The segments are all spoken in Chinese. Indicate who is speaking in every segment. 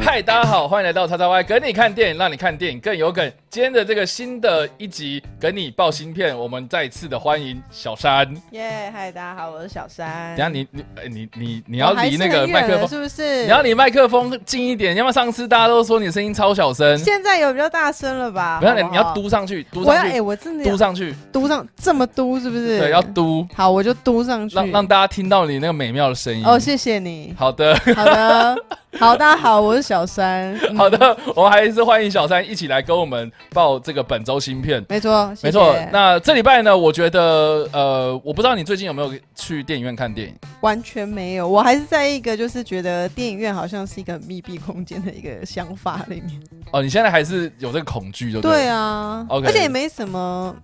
Speaker 1: 嗨，大家好，欢迎来到叉叉 Y，跟你看电影，让你看电影更有梗。今天的这个新的一集，跟你爆新片，我们再一次的欢迎小山。
Speaker 2: 耶，嗨，大家好，我是小
Speaker 1: 等
Speaker 2: 山。
Speaker 1: 一下你你哎你你你
Speaker 2: 你
Speaker 1: 要离那个麦克风，
Speaker 2: 是不是？
Speaker 1: 你要离麦克风近一点，要不然上次大家都说你声音超小声，
Speaker 2: 现在有比较大声了吧？
Speaker 1: 不要你
Speaker 2: 好
Speaker 1: 你
Speaker 2: 好
Speaker 1: 要，嘟上去，嘟
Speaker 2: 我要
Speaker 1: 上
Speaker 2: 哎，
Speaker 1: 去，
Speaker 2: 我真的
Speaker 1: 嘟
Speaker 2: 要
Speaker 1: 上去，
Speaker 2: 嘟上这么嘟是不是？
Speaker 1: 对，要嘟，
Speaker 2: 好，我就嘟上去。
Speaker 1: 让让大家听到你那个美妙的声音。
Speaker 2: 哦，谢谢你。
Speaker 1: 好的，
Speaker 2: 好的， 好，大家好，我是小山。嗯
Speaker 1: 好，的，我们还是欢迎小三一起来跟我们报这个本周新片。
Speaker 2: 没错，谢谢
Speaker 1: 没错，那这礼拜呢，我觉得呃，我不知道你最近有没有去电影院看电影。
Speaker 2: 完全没有，我还是在一个就是觉得电影院好像是一个很密闭空间的一个想法里面。
Speaker 1: 哦，你现在还是有这个恐惧，对不
Speaker 2: 对
Speaker 1: 对？
Speaker 2: 啊
Speaker 1: OK
Speaker 2: 而且也没什么。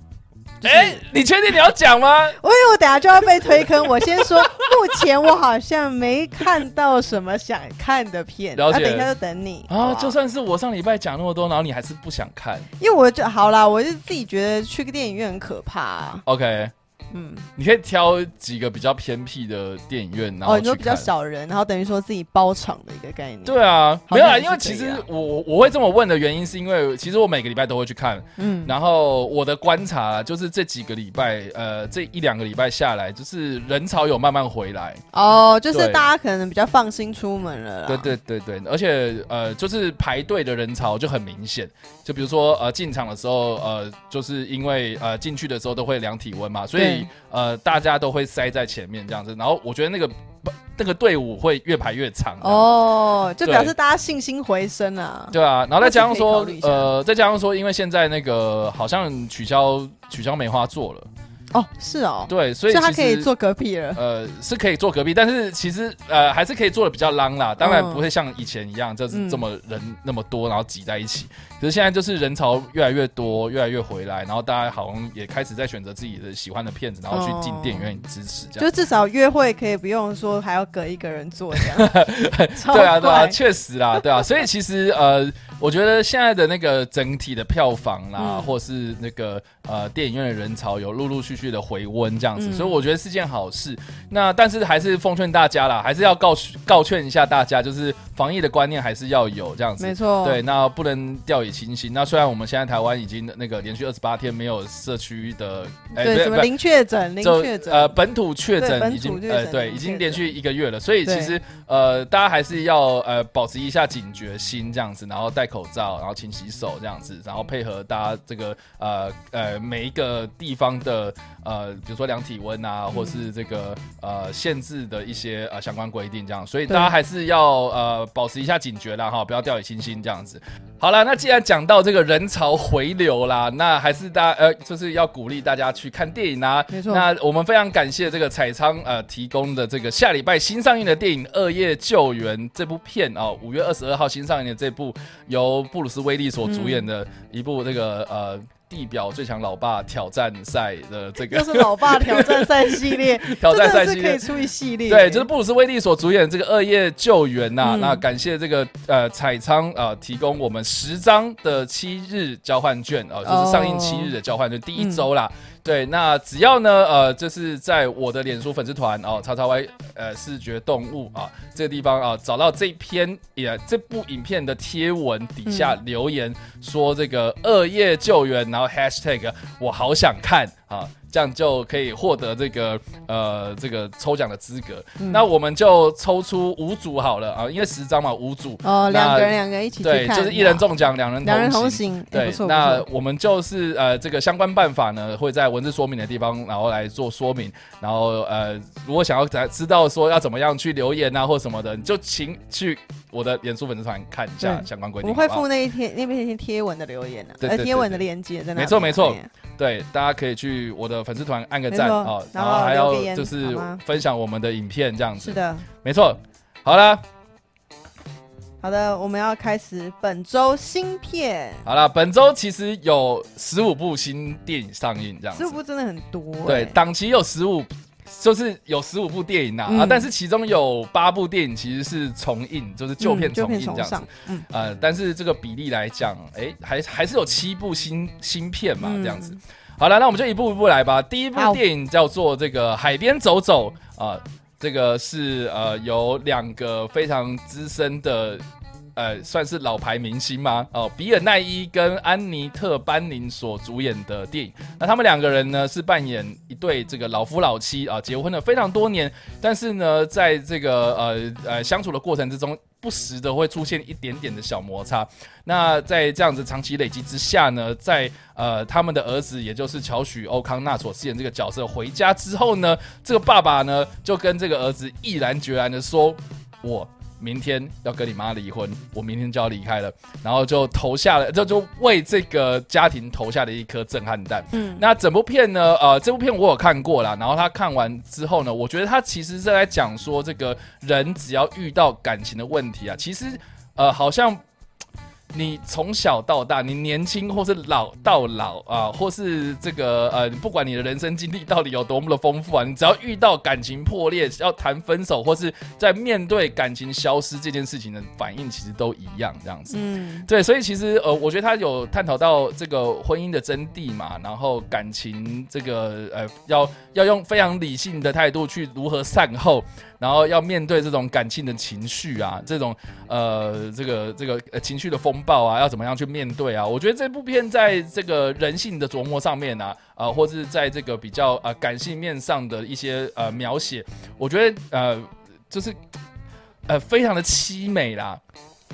Speaker 2: 就是
Speaker 1: 哎、你确定你要讲吗？
Speaker 2: 因为哎我等下就要被推坑，我先说，目前我好像没看到什么想看的片，
Speaker 1: 了解
Speaker 2: 啊、等一下就等你好不
Speaker 1: 啊，
Speaker 2: 好
Speaker 1: 就算是我上礼拜讲那么多，然后你还是不想看。
Speaker 2: 因为我就好啦，我就自己觉得去个电影院很可怕、
Speaker 1: OK，
Speaker 2: 嗯，
Speaker 1: 你可以挑几个比较偏僻的电影院，然后
Speaker 2: 哦，
Speaker 1: 去
Speaker 2: 你
Speaker 1: 看。
Speaker 2: 说比较少人，然后等于说自己包场的一个概念，
Speaker 1: 对啊，
Speaker 2: 好
Speaker 1: 没有
Speaker 2: 像
Speaker 1: 啊，
Speaker 2: 是
Speaker 1: 因为
Speaker 2: 这
Speaker 1: 其实
Speaker 2: 样
Speaker 1: 我我我会这么问的原因，是因为其实我每个礼拜都会去看，
Speaker 2: 嗯，
Speaker 1: 然后我的观察就是这几个礼拜，呃，这一两个礼拜下来，就是人潮有慢慢回来。
Speaker 2: 哦，就是
Speaker 1: 对
Speaker 2: 大家可能比较放心出门了啦，
Speaker 1: 对对对对，而且呃，就是排队的人潮就很明显，就比如说呃，进场的时候呃，就是因为呃进去的时候都会量体温嘛，所以
Speaker 2: 对
Speaker 1: 呃大家都会塞在前面这样子，然后我觉得那个那个队伍会越排越长。哦，
Speaker 2: 哦，就
Speaker 1: 对
Speaker 2: 表示大家信心回升啊，
Speaker 1: 对啊，然后再加上
Speaker 2: 那是
Speaker 1: 说
Speaker 2: 可以考虑一下
Speaker 1: 呃，再加上说，因为现在那个好像取消取消梅花座了，
Speaker 2: 哦，是哦，
Speaker 1: 对，所
Speaker 2: 所
Speaker 1: 以
Speaker 2: 以他
Speaker 1: 其
Speaker 2: 可以
Speaker 1: 实
Speaker 2: 坐隔壁了，
Speaker 1: 呃，是可以坐隔壁，但是其实呃还是可以坐的比较浪啦，当然
Speaker 2: 嗯
Speaker 1: 不会像以前一样，就是
Speaker 2: 嗯
Speaker 1: 这么人那么多，然后挤在一起。可是现在就是人潮越来越多，越来越回来，然后大家好像也开始在选择自己的喜欢的片子，然后去进电影院支持这
Speaker 2: 就
Speaker 1: 样。
Speaker 2: 至少约会可以不用说还要隔一个人 坐这样，超
Speaker 1: 对啊，对啊，
Speaker 2: 怪
Speaker 1: 确实啦， 对啊，所以其实呃，我觉得现在的那个整体的票房啦，
Speaker 2: 嗯
Speaker 1: 或是那个呃电影院的人潮有陆陆续续的回温这样子，
Speaker 2: 嗯
Speaker 1: 所以我觉得是件好事。那但是还是奉劝大家啦，还是要告告劝一下大家，就是防疫的观念还是要有这样子
Speaker 2: 没。错，
Speaker 1: 对，那不能掉以轻心。那虽然我们现在台湾已经那个连续二十八天没有社区的，哎
Speaker 2: 对，
Speaker 1: 不
Speaker 2: 什么
Speaker 1: 不
Speaker 2: 零确诊、零
Speaker 1: 就
Speaker 2: 确诊，
Speaker 1: 呃本土确
Speaker 2: 对
Speaker 1: 诊
Speaker 2: 本
Speaker 1: 已经
Speaker 2: 土确
Speaker 1: 呃
Speaker 2: 诊
Speaker 1: 对
Speaker 2: 零
Speaker 1: 已经
Speaker 2: 确
Speaker 1: 连
Speaker 2: 诊
Speaker 1: 续一个月了，所以其
Speaker 2: 对
Speaker 1: 实呃大家还是要呃保持一下警觉心这样子，然后戴口罩，然后勤洗手这样子，然后配合大家这个呃呃每一个地方的呃比如说量体温啊，
Speaker 2: 嗯
Speaker 1: 或是这个呃限制的一些呃相关规定这样，所以大
Speaker 2: 对
Speaker 1: 家还是要呃保持一下警觉啦哈，不要掉以轻心这样子。好啦，那既然讲到这个人潮回流啦，那还是大呃，就是要鼓励大家去看电影啊。
Speaker 2: 没错
Speaker 1: 那我们非常感谢这个彩仓呃提供的这个下礼拜新上映的电影《恶夜救援》这部片哦，五、月二十二号新上映的这部由布鲁斯威利所主演的一部这个、呃地表最强老爸挑战赛的这
Speaker 2: 又
Speaker 1: 个
Speaker 2: 是老爸挑战赛系列，
Speaker 1: 挑战赛系
Speaker 2: 这真的是可
Speaker 1: 列
Speaker 2: 以。出一系列，欸
Speaker 1: 对，就是布鲁斯威利所主演的这个《恶夜救援》呐、
Speaker 2: 嗯
Speaker 1: 那感谢这个呃彩仓呃提供我们十张的七日交换券啊、呃就是上映
Speaker 2: 哦嗯
Speaker 1: 七日的交换券，第一周啦。对，那只要呢呃，就是在我的脸书粉丝团哦，叉叉 Y 呃视觉动物啊、这个地方啊、找到这篇也这部影片的贴文底下留言、说这个《恶夜救援》，然后 Hashtag 我好想看啊。这样就可以获得这个呃这个抽奖的资格。
Speaker 2: 嗯
Speaker 1: 那我们就抽出五组好了啊，因为十张嘛，五组。
Speaker 2: 哦，
Speaker 1: 那
Speaker 2: 两个人两个人一起去
Speaker 1: 对，
Speaker 2: 看，
Speaker 1: 就是一人中奖，两人
Speaker 2: 哇，两人同
Speaker 1: 同行。
Speaker 2: 行，哎
Speaker 1: 对
Speaker 2: 不，错
Speaker 1: 那
Speaker 2: 不错
Speaker 1: 我们就是呃，这个相关办法呢，会在文字说明的地方，然后来做说明。然后呃，如果想要知道说要怎么样去留言啊或什么的，你就请去我的脸书粉丝团看一下
Speaker 2: 对
Speaker 1: 相关规定。
Speaker 2: 我们会
Speaker 1: 好不好
Speaker 2: 附那一天那篇贴文的留言呢，
Speaker 1: 对
Speaker 2: 呃
Speaker 1: 对
Speaker 2: 贴文
Speaker 1: 对
Speaker 2: 的链接在那边，
Speaker 1: 没错没错
Speaker 2: 哎呀
Speaker 1: 对，大家可以去我的粉丝团按个赞
Speaker 2: 没错
Speaker 1: 啊、哦然
Speaker 2: 然
Speaker 1: 后
Speaker 2: 后
Speaker 1: 还
Speaker 2: 留
Speaker 1: 要
Speaker 2: 个言
Speaker 1: 就是
Speaker 2: 好吗
Speaker 1: 分享我们的影片这样子。
Speaker 2: 是的，
Speaker 1: 没错。好啦，
Speaker 2: 好的，我们要开始本周新片，
Speaker 1: 好啦，本周其实有十五部新电影上映，这样
Speaker 2: 这
Speaker 1: 子。
Speaker 2: 部真的很多，
Speaker 1: 对，
Speaker 2: 哎
Speaker 1: 档期有十五就是有十五部电影呐、啊
Speaker 2: 嗯
Speaker 1: 但是其中有八部电影其实是重映，就是旧片
Speaker 2: 嗯旧
Speaker 1: 重
Speaker 2: 片
Speaker 1: 映这样子。
Speaker 2: 上，嗯
Speaker 1: 呃，但是这个比例来讲，哎，还还是有七部新新片嘛，
Speaker 2: 嗯
Speaker 1: 这样子。好了，那我们就一步一步来吧。第一部
Speaker 2: 好
Speaker 1: 电影叫做《这个海边走走》啊、这个是呃由两个非常资深的。呃，算是老牌明星吗？哦，比尔奈伊跟安妮特班宁所主演的电影。那他们两个人呢，是扮演一对这个老夫老妻啊，结婚了非常多年，但是呢，在这个呃呃相处的过程之中，不时的会出现一点点的小摩擦。那在这样子长期累积之下呢，在呃他们的儿子，也就是乔许·欧康纳所饰演这个角色回家之后呢，这个爸爸呢就跟这个儿子毅然决然的说：“我。”明天要跟你妈离婚，我明天就要离开了，然后就投下了，就就为这个家庭投下了一颗震撼弹。
Speaker 2: 嗯
Speaker 1: 那整部片呢，呃，这部片我有看过啦，然后他看完之后呢，我觉得他其实是在讲说，这个人只要遇到感情的问题啊，其实呃，好像。你从小到大，你年轻或是老到老啊、或是这个呃，不管你的人生经历到底有多么的丰富啊，你只要遇到感情破裂，要谈分手，或是在面对感情消失这件事情的反应，其实都一样这样子。
Speaker 2: 嗯
Speaker 1: 对，所以其实呃，我觉得他有探讨到这个婚姻的真谛嘛，然后感情这个呃，要要用非常理性的态度去如何善后，然后要面对这种感性的情绪啊，这种呃这个这个、呃、情绪的风暴啊，要怎么样去面对啊？我觉得这部片在这个人性的琢磨上面啊，啊、或是在这个比较呃感性面上的一些呃描写，我觉得呃就是呃非常的凄美啦。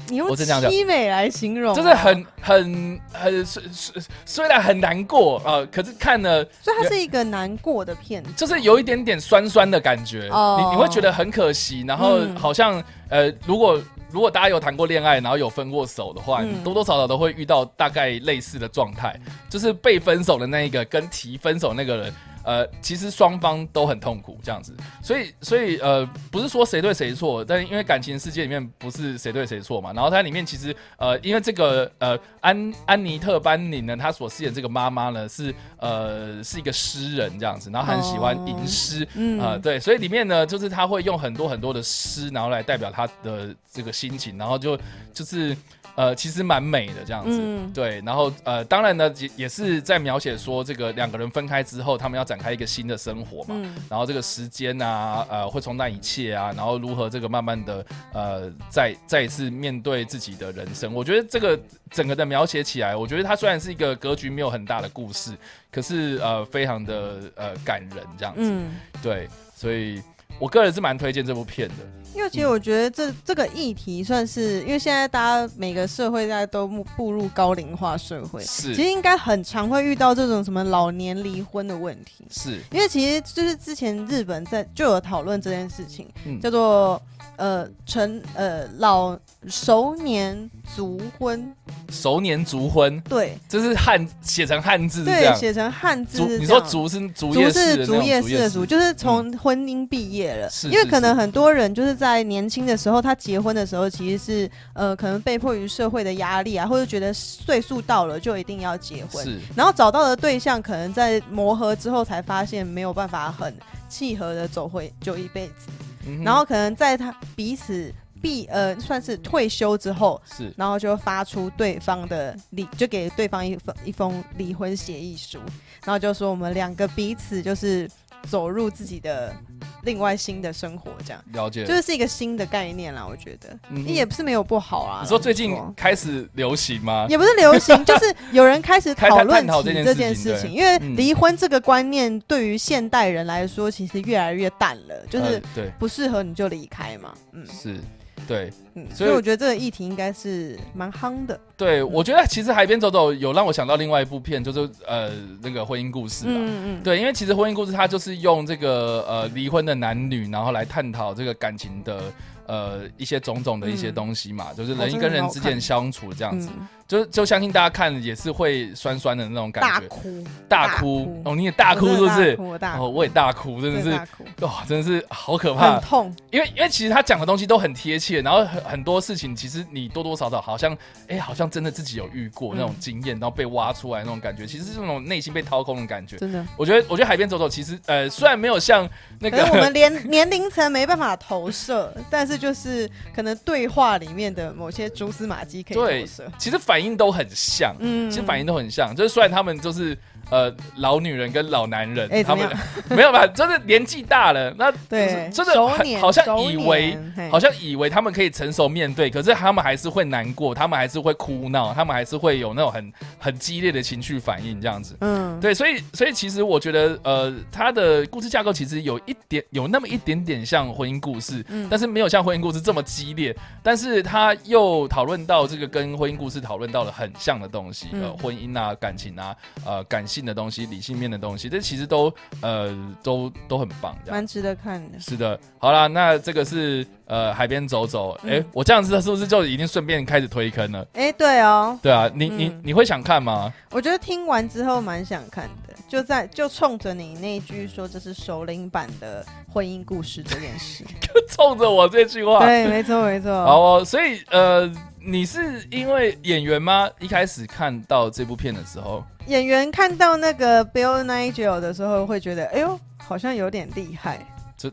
Speaker 2: 你用
Speaker 1: 我真想讲
Speaker 2: 凄美来形容啊，
Speaker 1: 就是很很很虽虽虽然很难过啊、呃可是看了
Speaker 2: 所以它是一个难过的片子，
Speaker 1: 就是有一点点酸酸的感觉，
Speaker 2: 哦
Speaker 1: 你你会觉得很可惜，然后
Speaker 2: 嗯
Speaker 1: 好像、呃，如果如果大家有谈过恋爱，然后有分过手的话，
Speaker 2: 嗯
Speaker 1: 你多多少少都会遇到大概类似的状态，就是被分手的那一个跟提分手那个人。呃，其实双方都很痛苦，这样子，所以，所以，呃，不是说谁对谁错，但因为感情世界里面不是谁对谁错嘛，然后它里面其实，呃，因为这个，呃，安安妮特班宁呢，她所饰演这个妈妈呢，是呃是一个诗人这样子，然后她很喜欢
Speaker 2: 哦
Speaker 1: 吟诗，
Speaker 2: 嗯
Speaker 1: 啊、对，所以里面呢，就是他会用很多很多的诗，然后来代表他的这个心情，然后就就是呃，其实蛮美的这样子。
Speaker 2: 嗯
Speaker 1: 对，然后呃，当然呢，也也是在描写说这个两个人分开之后，他们要展开一个新的生活嘛。
Speaker 2: 嗯
Speaker 1: 然后这个时间啊，呃，会冲淡一切啊，然后如何这个慢慢的呃，再再一次面对自己的人生，我觉得这个整个的描写起来，我觉得它虽然是一个格局没有很大的故事，可是呃，非常的呃感人这样子。
Speaker 2: 嗯，
Speaker 1: 对，所以我个人是蛮推荐这部片的。
Speaker 2: 因为其实我觉得这这个议题算是，因为现在大家每个社会大家都步入高龄化社会，
Speaker 1: 是
Speaker 2: 其实应该很常会遇到这种什么老年离婚的问题。
Speaker 1: 是，
Speaker 2: 因为其实就是之前日本在就有讨论这件事情，
Speaker 1: 嗯
Speaker 2: 叫做呃成呃老熟年族婚，
Speaker 1: 熟年族婚，
Speaker 2: 对
Speaker 1: 这是汉写成汉字是这
Speaker 2: 对，
Speaker 1: 样。
Speaker 2: 写成汉字
Speaker 1: 族，
Speaker 2: 是
Speaker 1: 你
Speaker 2: 这
Speaker 1: 说
Speaker 2: 样
Speaker 1: 族是竹
Speaker 2: 族
Speaker 1: 叶市
Speaker 2: 是
Speaker 1: 的
Speaker 2: 竹
Speaker 1: 那
Speaker 2: 叶
Speaker 1: 种
Speaker 2: 式的
Speaker 1: 竹
Speaker 2: 竹，，就是从
Speaker 1: 嗯
Speaker 2: 婚姻毕业了。
Speaker 1: 是
Speaker 2: 因为
Speaker 1: 是
Speaker 2: 可能
Speaker 1: 是
Speaker 2: 很多人就是在年轻的时候，他结婚的时候其实是呃，可能被迫于社会的压力啊，或者觉得岁数到了就一定要结婚，
Speaker 1: 是
Speaker 2: 然后找到的对象可能在磨合之后才发现没有办法很契合的走回就一辈子，
Speaker 1: 嗯哼
Speaker 2: 然后可能在他彼此毕呃算是退休之后，
Speaker 1: 是
Speaker 2: 然后就发出对方的离，就给对方一封一封离婚协议书，然后就说我们两个彼此就是走入自己的另外新的生活，这样
Speaker 1: 了解。嗯
Speaker 2: 就是是一个新的概念啦。我觉得、
Speaker 1: 嗯哼
Speaker 2: 也不是没有不好啊。
Speaker 1: 你说
Speaker 2: 老实
Speaker 1: 最近开始流行吗？
Speaker 2: 也不是流行，就是有人开始讨
Speaker 1: 开探
Speaker 2: 论
Speaker 1: 讨
Speaker 2: 起
Speaker 1: 这件事
Speaker 2: 这件
Speaker 1: 情
Speaker 2: 事
Speaker 1: 对
Speaker 2: 情，因为
Speaker 1: 嗯
Speaker 2: 离婚这个观念对于现代人来说其实越来越淡了，就是
Speaker 1: 呃对，
Speaker 2: 不适合你就离开嘛。嗯
Speaker 1: 是，对。
Speaker 2: 嗯，
Speaker 1: 所
Speaker 2: 所
Speaker 1: 以
Speaker 2: 以我觉得这个议题应该是蛮夯的。
Speaker 1: 对，我觉得其实《海边走走》有让我想到另外一部片，就是呃那个婚姻故事啊。
Speaker 2: 嗯嗯，
Speaker 1: 对，因为其实婚姻故事它就是用这个呃离婚的男女，然后来探讨这个感情的呃一些种种的一些
Speaker 2: 嗯
Speaker 1: 东西嘛，就是
Speaker 2: 哦
Speaker 1: 人
Speaker 2: 真的
Speaker 1: 跟人
Speaker 2: 很好
Speaker 1: 之间
Speaker 2: 看
Speaker 1: 相处这样子。
Speaker 2: 嗯
Speaker 1: 就是就相信大家看也是会酸酸的那种感
Speaker 2: 大
Speaker 1: 觉，
Speaker 2: 哭，
Speaker 1: 大哭哦，你也大哭是不
Speaker 2: 我真的
Speaker 1: 是
Speaker 2: 大？哭，我大
Speaker 1: 哦，
Speaker 2: 哭，
Speaker 1: 我也大哭，真的
Speaker 2: 真的
Speaker 1: 是
Speaker 2: 大哭，嗯
Speaker 1: 哇，真的是好可怕
Speaker 2: 很，痛，
Speaker 1: 因为因为其实他讲的东西都很贴切，然后很很多事情其实你多多少少好像哎、好像真的自己有遇过那种
Speaker 2: 嗯
Speaker 1: 经验，然后被挖出来那种感觉，其实是那种内心被掏空的感觉。
Speaker 2: 真的。
Speaker 1: 我觉得我觉得海边走走其实呃虽然没有像那
Speaker 2: 可
Speaker 1: 个
Speaker 2: 是我们连 年龄层没办法投射，但是就是可能对话里面的某些蛛丝马迹可以
Speaker 1: 对
Speaker 2: 投射。
Speaker 1: 其实反应都很像，
Speaker 2: 嗯
Speaker 1: 其实反应都很像，就是虽然他们就是呃老女人跟老男人，
Speaker 2: 哎
Speaker 1: 他
Speaker 2: 怎么
Speaker 1: 们
Speaker 2: 样
Speaker 1: 没有吧，就是年纪大了，那
Speaker 2: 对，
Speaker 1: 真的
Speaker 2: 熟
Speaker 1: 很
Speaker 2: 年
Speaker 1: 好像
Speaker 2: 熟
Speaker 1: 以为
Speaker 2: 年嘿
Speaker 1: 好像以为他们可以成熟面对，可是他们还是会难过，他们还是会哭闹，他们还是会有那种很很激烈的情绪反应这样子。
Speaker 2: 嗯，
Speaker 1: 对，所以所以其实我觉得，呃，它的故事架构其实有一点有那么一点点像婚姻故事，
Speaker 2: 嗯
Speaker 1: 但是没有像婚姻故事这么激烈，但是它又讨论到这个跟婚姻故事讨论到了很像的东西，呃，
Speaker 2: 嗯
Speaker 1: 婚姻啊、感情啊、呃、感性的东西、理性面的东西，这其实都呃都都很棒，这样。
Speaker 2: 蛮值得看的。
Speaker 1: 是的，好啦，那这个是呃海边走走，哎、
Speaker 2: 嗯
Speaker 1: 我这样子是不是就已经顺便开始推坑了？
Speaker 2: 哎，对哦，
Speaker 1: 对啊，你你
Speaker 2: 嗯
Speaker 1: 你会想看吗？
Speaker 2: 我觉得听完之后蛮想看的，就在就冲着你那一句说这是首领版的婚姻故事这件 事。
Speaker 1: 冲着我这句话，
Speaker 2: 对，没错没错。
Speaker 1: 好哦，所以呃，你是因为演员吗？一开始看到这部片的时候，
Speaker 2: 演员看到那个 Bill Nigel 的时候，会觉得哎呦，好像有点厉害。
Speaker 1: 这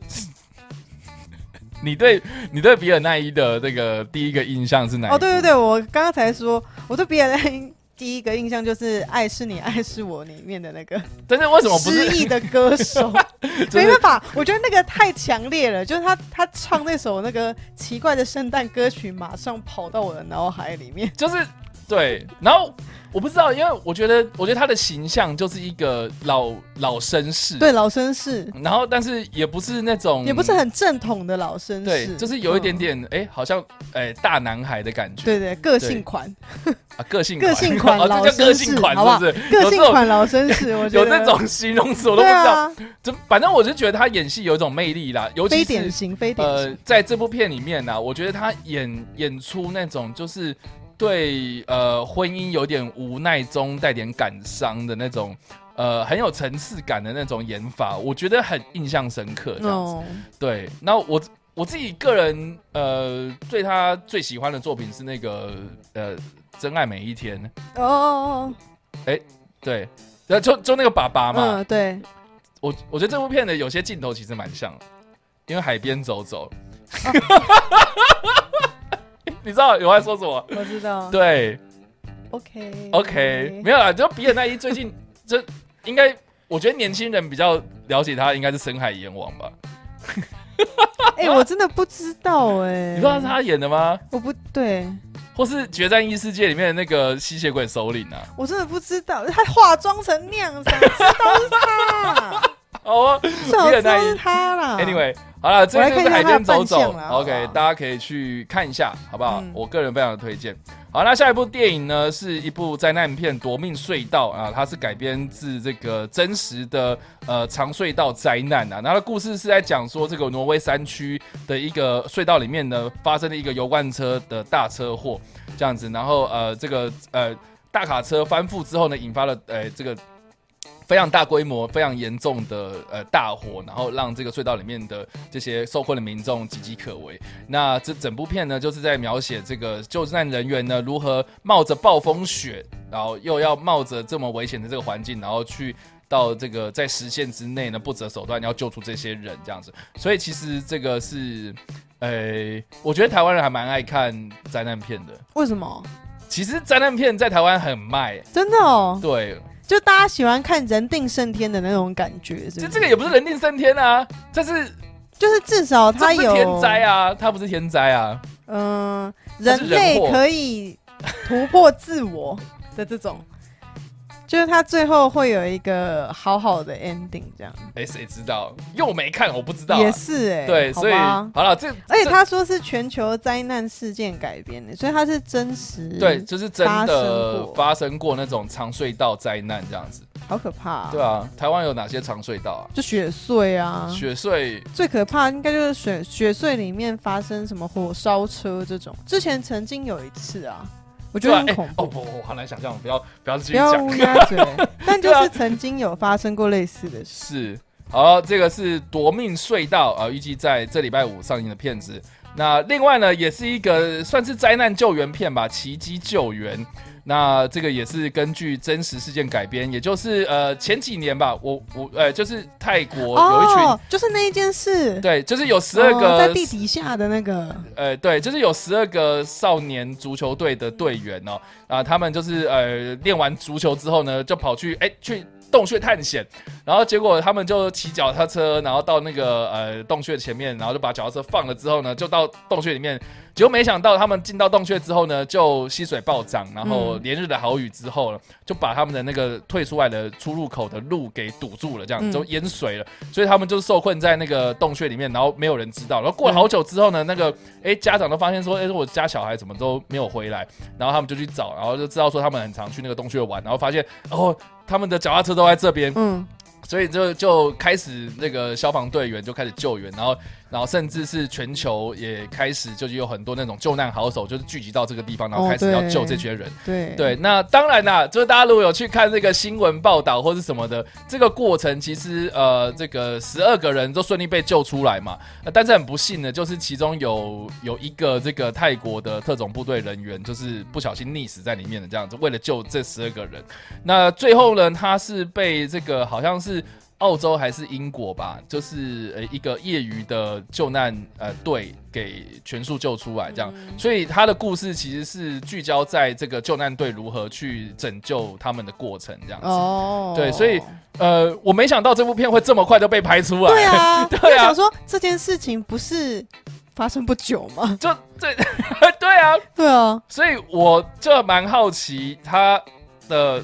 Speaker 1: 你对你对比尔奈伊的这个第一个印象是哪一部？
Speaker 2: 哦，对对对，我刚刚才说，我对比尔莱第一个印象就是《爱是你，爱是我》里面的那个
Speaker 1: 但 是为什么不
Speaker 2: 失
Speaker 1: 是？
Speaker 2: 忆的歌手，
Speaker 1: 就
Speaker 2: 没
Speaker 1: 是
Speaker 2: 办法，我觉得那个太强烈了，就是他他唱那首那个奇怪的圣诞歌曲，马上跑到我的脑海里面。
Speaker 1: 就是对，然后我不知道，因为我觉得我觉得他的形象就是一个老老绅士，
Speaker 2: 对，老绅士、
Speaker 1: 然后但是也不是那种
Speaker 2: 也不是很正统的老绅
Speaker 1: 嗯
Speaker 2: 士，
Speaker 1: 对，就是有一点
Speaker 2: 嗯、
Speaker 1: 点哎、诶好像哎、诶大男孩的感觉，
Speaker 2: 对对，个性款，
Speaker 1: 啊，个性
Speaker 2: 个性款
Speaker 1: 哦，
Speaker 2: 老
Speaker 1: 这叫个
Speaker 2: 绅
Speaker 1: 性
Speaker 2: 士，
Speaker 1: 款
Speaker 2: 好不好？
Speaker 1: 是不是？
Speaker 2: 个
Speaker 1: 有这
Speaker 2: 性
Speaker 1: 种
Speaker 2: 款老绅士，我 觉
Speaker 1: 有
Speaker 2: 得
Speaker 1: 这种形容词我都不
Speaker 2: 对
Speaker 1: 知道，
Speaker 2: 啊，
Speaker 1: 就反正我是觉得他演戏有一种魅力啦，尤其
Speaker 2: 非典
Speaker 1: 是
Speaker 2: 型，非典型。
Speaker 1: 呃，在这部片里面呢、啊我觉得他演演出那种就是对呃婚姻有点无奈中带点感伤的那种。呃，很有层次感的那种演法，我觉得很印象深刻。这样子，
Speaker 2: 哦，
Speaker 1: 对。那我我自己个人，呃，对他最喜欢的作品是那个呃《真爱每一天》，
Speaker 2: 哦哦
Speaker 1: 对，然后就就那个爸爸
Speaker 2: 哦，
Speaker 1: 嘛，
Speaker 2: 嗯， 对，
Speaker 1: 我我觉得这部片的有些镜头其实蛮像的，因为海边走走，你知道有在说什么？
Speaker 2: 我知道。
Speaker 1: 对
Speaker 2: OK
Speaker 1: ，OK，没有啦，就比尔奈伊最近 这应该，我觉得年轻人比较了解他，应该是深海阎王吧？
Speaker 2: 哎、我真的不知道哎、
Speaker 1: 啊你啊知道是他演的吗？
Speaker 2: 我不对，
Speaker 1: 或是《决战异世界》里面的那个吸血鬼首领啊？
Speaker 2: 我真的不知道，他化妆成那样子，我知道是他，
Speaker 1: 好啊
Speaker 2: 最好知道是他啦。
Speaker 1: Anyway，好了，这
Speaker 2: 我来
Speaker 1: 就是
Speaker 2: 看
Speaker 1: 海
Speaker 2: 一下它
Speaker 1: 边
Speaker 2: 的
Speaker 1: 走
Speaker 2: 扮相
Speaker 1: 走
Speaker 2: 啦。好不
Speaker 1: OK，
Speaker 2: 好
Speaker 1: 大家可以去看一下，好不好？
Speaker 2: 嗯
Speaker 1: 我个人非常的推荐。好，那下一部电影呢，是一部灾难片《夺命隧道》啊，它是改编自这个真实的呃长隧道灾难啊。它的故事是在讲说这个挪威山区的一个隧道里面呢，发生了一个油罐车的大车祸，这样子，然后呃这个呃大卡车翻覆之后呢，引发了呃这个非常大规模、非常严重的呃大火，然后让这个隧道里面的这些受困的民众岌岌可危。那这整部片呢，就是在描写这个救难人员呢如何冒着暴风雪，然后又要冒着这么危险的这个环境，然后去。到这个在时限之内呢，不择手段要救出这些人，这样子。所以其实这个是，呃，我觉得台湾人还蛮爱看灾难片的。
Speaker 2: 为什么？
Speaker 1: 其实灾难片在台湾很卖，
Speaker 2: 真的哦，
Speaker 1: 对，
Speaker 2: 就大家喜欢看人定胜天的那种感觉，是
Speaker 1: 就这
Speaker 2: 不是？
Speaker 1: 个也不是人定胜天啊，这是
Speaker 2: 就是至少
Speaker 1: 它
Speaker 2: 他
Speaker 1: 不是
Speaker 2: 有
Speaker 1: 天灾啊，它不是天灾啊，
Speaker 2: 嗯、
Speaker 1: 它是
Speaker 2: 人类
Speaker 1: 人祸
Speaker 2: 可以突破自我的这种，就是他最后会有一个好好的 ending，这样、
Speaker 1: 哎，谁知道？又没看，我不知道啊、
Speaker 2: 也是哎、
Speaker 1: 对，
Speaker 2: 好
Speaker 1: 所以
Speaker 2: 吧
Speaker 1: 好了，这
Speaker 2: 而且
Speaker 1: 这
Speaker 2: 他说是全球灾难事件改编的，所以他是真实，
Speaker 1: 对，，就是真
Speaker 2: 发生
Speaker 1: 的
Speaker 2: 过
Speaker 1: 发生过那种长隧道灾难这样子，
Speaker 2: 好可怕、啊
Speaker 1: 对啊，台湾有哪些长隧道
Speaker 2: 就雪隧
Speaker 1: 啊？
Speaker 2: 啊，
Speaker 1: 雪隧
Speaker 2: 最可怕应该就是雪雪隧里面发生什么火烧车这种，之前曾经有一次啊，我觉
Speaker 1: 对
Speaker 2: 得
Speaker 1: 啊，
Speaker 2: 很
Speaker 1: 哎
Speaker 2: 恐
Speaker 1: 哦不，
Speaker 2: 怖，
Speaker 1: 我好难想象，不要不要继续
Speaker 2: 不要
Speaker 1: 讲。
Speaker 2: 乌鸦嘴。但就
Speaker 1: 对啊
Speaker 2: 是曾经有发生过类似的事，
Speaker 1: 是，好，这个是《夺命隧道》啊、呃预计在这礼拜五上映的片子。那另外呢，也是一个算是灾难救援片吧，《奇迹救援》。那这个也是根据真实事件改编，也就是呃前几年吧，我我呃就是泰国有一群、
Speaker 2: 哦，就是那一件事，
Speaker 1: 对，就是有十二
Speaker 2: 哦
Speaker 1: 个、
Speaker 2: 在地底下的那个，
Speaker 1: 呃，对，就是有十二个少年足球队的队员哦，啊、他们就是呃练完足球之后呢，就跑去哎去洞穴探险，然后结果他们就骑脚踏车，然后到那个呃洞穴前面，然后就把脚踏车放了之后呢，就到洞穴里面，结果没想到他们进到洞穴之后呢，就溪水暴涨，然后
Speaker 2: 嗯
Speaker 1: 连日的好雨之后呢，就把他们的那个退出来的出入口的路给堵住了，这样
Speaker 2: 嗯
Speaker 1: 就淹水了，所以他们就是受困在那个洞穴里面，然后没有人知道，然后过了好久之后呢，那个哎，家长都发现说，哎，我家小孩怎么都没有回来，然后他们就去找，然后就知道说他们很常去那个洞穴玩，然后发现哦，他们的脚踏车都在这边，
Speaker 2: 嗯，
Speaker 1: 所以就就开始那个消防队员就开始救援，然后然后甚至是全球也开始就是有很多那种救难好手，就是聚集到这个地方，然后
Speaker 2: 哦
Speaker 1: 开始要
Speaker 2: 对
Speaker 1: 救这些人。
Speaker 2: 对
Speaker 1: 对，那当然啦，就是大家如果有去看这个新闻报道或是什么的，这个过程其实呃，这个十二个人都顺利被救出来嘛、呃但是很不幸的，就是其中有有一个这个泰国的特种部队人员，就是不小心溺死在里面的这样子，为了救这十二个人，那最后呢，他是被这个好像是。澳洲还是英国吧，就是呃一个业余的救难呃队给全数救出来这样，所以他的故事其实是聚焦在这个救难队如何去拯救他们的过程这样子。
Speaker 2: 哦，
Speaker 1: 对所以呃，我没想到这部片会这么快就被拍出来，
Speaker 2: 对啊，
Speaker 1: 对啊
Speaker 2: 我想说这件事情不是发生不久 吗？
Speaker 1: 就 这对啊，
Speaker 2: 对啊，
Speaker 1: 所以我就蛮好奇他的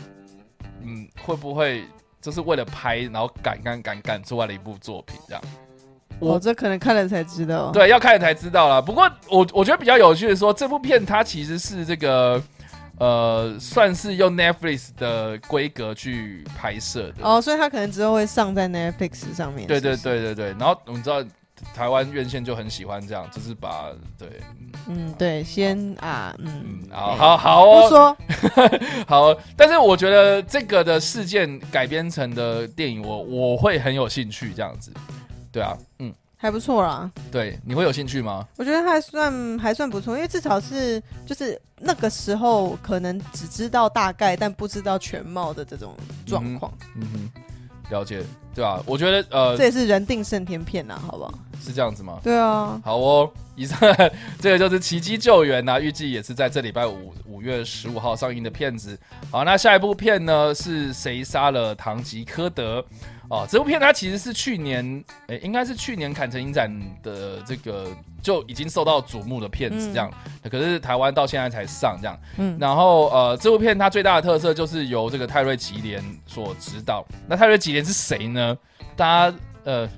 Speaker 1: 嗯会不会就是为了拍然后赶赶赶赶出来的一部作品这样。我
Speaker 2: 我哦这可能看了才知道，
Speaker 1: 对，要看了才知道啦。不过我我觉得比较有趣的是说，这部片它其实是这个呃，算是用 Netflix 的规格去拍摄的。
Speaker 2: 哦，所以他可能之后会上在 Netflix 上面，
Speaker 1: 对对
Speaker 2: 是不是，
Speaker 1: 对对对。然后我们知道台湾院线就很喜欢这样，就是把对，
Speaker 2: 嗯，对，先啊，嗯
Speaker 1: 嗯，，好好好
Speaker 2: 不
Speaker 1: 哦，
Speaker 2: 说，
Speaker 1: 好哦。但是我觉得这个的事件改编成的电影我，我会很有兴趣这样子。对啊，嗯，
Speaker 2: 还不错啦，
Speaker 1: 对，你会有兴趣吗？
Speaker 2: 我觉得还算还算不错，因为至少是就是那个时候可能只知道大概，但不知道全貌的这种状况，
Speaker 1: 嗯哼，了解，对啊，我觉得呃
Speaker 2: 这也是人定胜天片呐、
Speaker 1: 啊
Speaker 2: 好不好？
Speaker 1: 是这样子吗？
Speaker 2: 对啊，
Speaker 1: 好哦，以上这个就是《奇迹救援》呐、预计也是在这礼拜五五月十五号上映的片子。好，那下一部片呢是谁杀了堂吉诃德？哦，这部片它其实是去年，诶，应该是去年坎城影展的这个就已经受到瞩目的片子，这样。可是台湾到现在才上这样。
Speaker 2: 嗯
Speaker 1: 然后呃，这部片它最大的特色就是由这个泰瑞吉莲所指导。那泰瑞吉莲是谁呢？大家呃，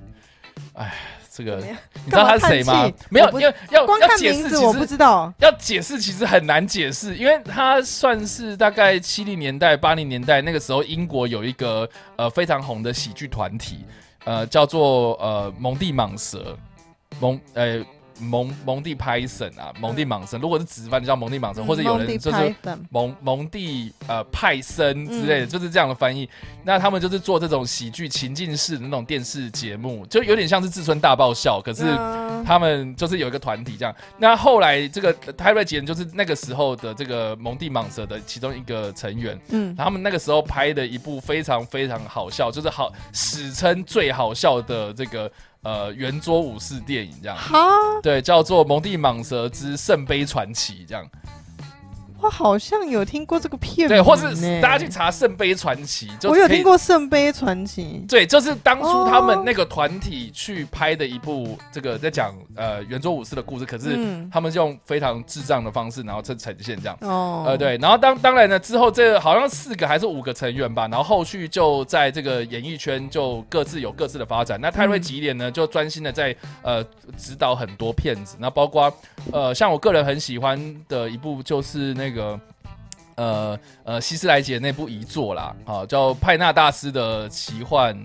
Speaker 1: 哎，这
Speaker 2: 怎
Speaker 1: 个
Speaker 2: 么样？
Speaker 1: 你知道他是谁
Speaker 2: 干嘛
Speaker 1: 吗
Speaker 2: 叹气？
Speaker 1: 没有
Speaker 2: 我，不
Speaker 1: 要要
Speaker 2: 光
Speaker 1: 要
Speaker 2: 看
Speaker 1: 解
Speaker 2: 名
Speaker 1: 释，
Speaker 2: 字
Speaker 1: 其
Speaker 2: 我不
Speaker 1: 实
Speaker 2: 知道，
Speaker 1: 要解释其实很难解释，因为他算是大概七零年代、八零年代那个时候，英国有一个呃非常红的喜剧团体，呃，叫做呃蒙蒂蟒蛇，蒙呃蒙蒙蒂派森啊，蒙
Speaker 2: 嗯
Speaker 1: 蒂蟒蛇，如果是直翻就叫蒙蒂蟒嗯蛇，或者有人就是
Speaker 2: Monty 嗯 Python
Speaker 1: 蒙蒙蒂呃派森之类的，就是这样的翻译。那他们就是做这种喜剧情境式的那种电视节目，就有点像是《至尊大爆笑》，可是
Speaker 2: 嗯
Speaker 1: 他们就是有一个团体这样。那后来这个泰瑞吉人就是那个时候的这个蒙蒂蟒蛇的其中一个成员，
Speaker 2: 嗯，
Speaker 1: 他们那个时候拍的一部非常非常好笑，就是好史称最好笑的这个呃圆桌武士电影这样。
Speaker 2: 哈，
Speaker 1: 对，叫做《蒙蒂蟒蛇之圣杯传奇》这样，
Speaker 2: 我好像有听过这个片名呢，
Speaker 1: 对，或是大家去查《圣杯传奇》，就
Speaker 2: 我有
Speaker 1: 可以
Speaker 2: 听过《圣杯传奇
Speaker 1: 对，就是当初
Speaker 2: 哦
Speaker 1: 他们那个团体去拍的一部这个在讲呃圆桌武士的故事，可》，是
Speaker 2: 嗯，
Speaker 1: 他们是用非常智障的方式，然后呈呈现这样。
Speaker 2: 哦，
Speaker 1: 呃，，对，然后当当然呢，之后这好像四个还是五个成员吧，然后后续就在这个演艺圈就各自有各自的发展。那泰瑞吉莲呢，就专心的在呃指导很多片子，那包括呃像我个人很喜欢的一部就是那个。呃呃，希斯莱杰那部遗作啦，啊，叫《派纳大师的奇幻》，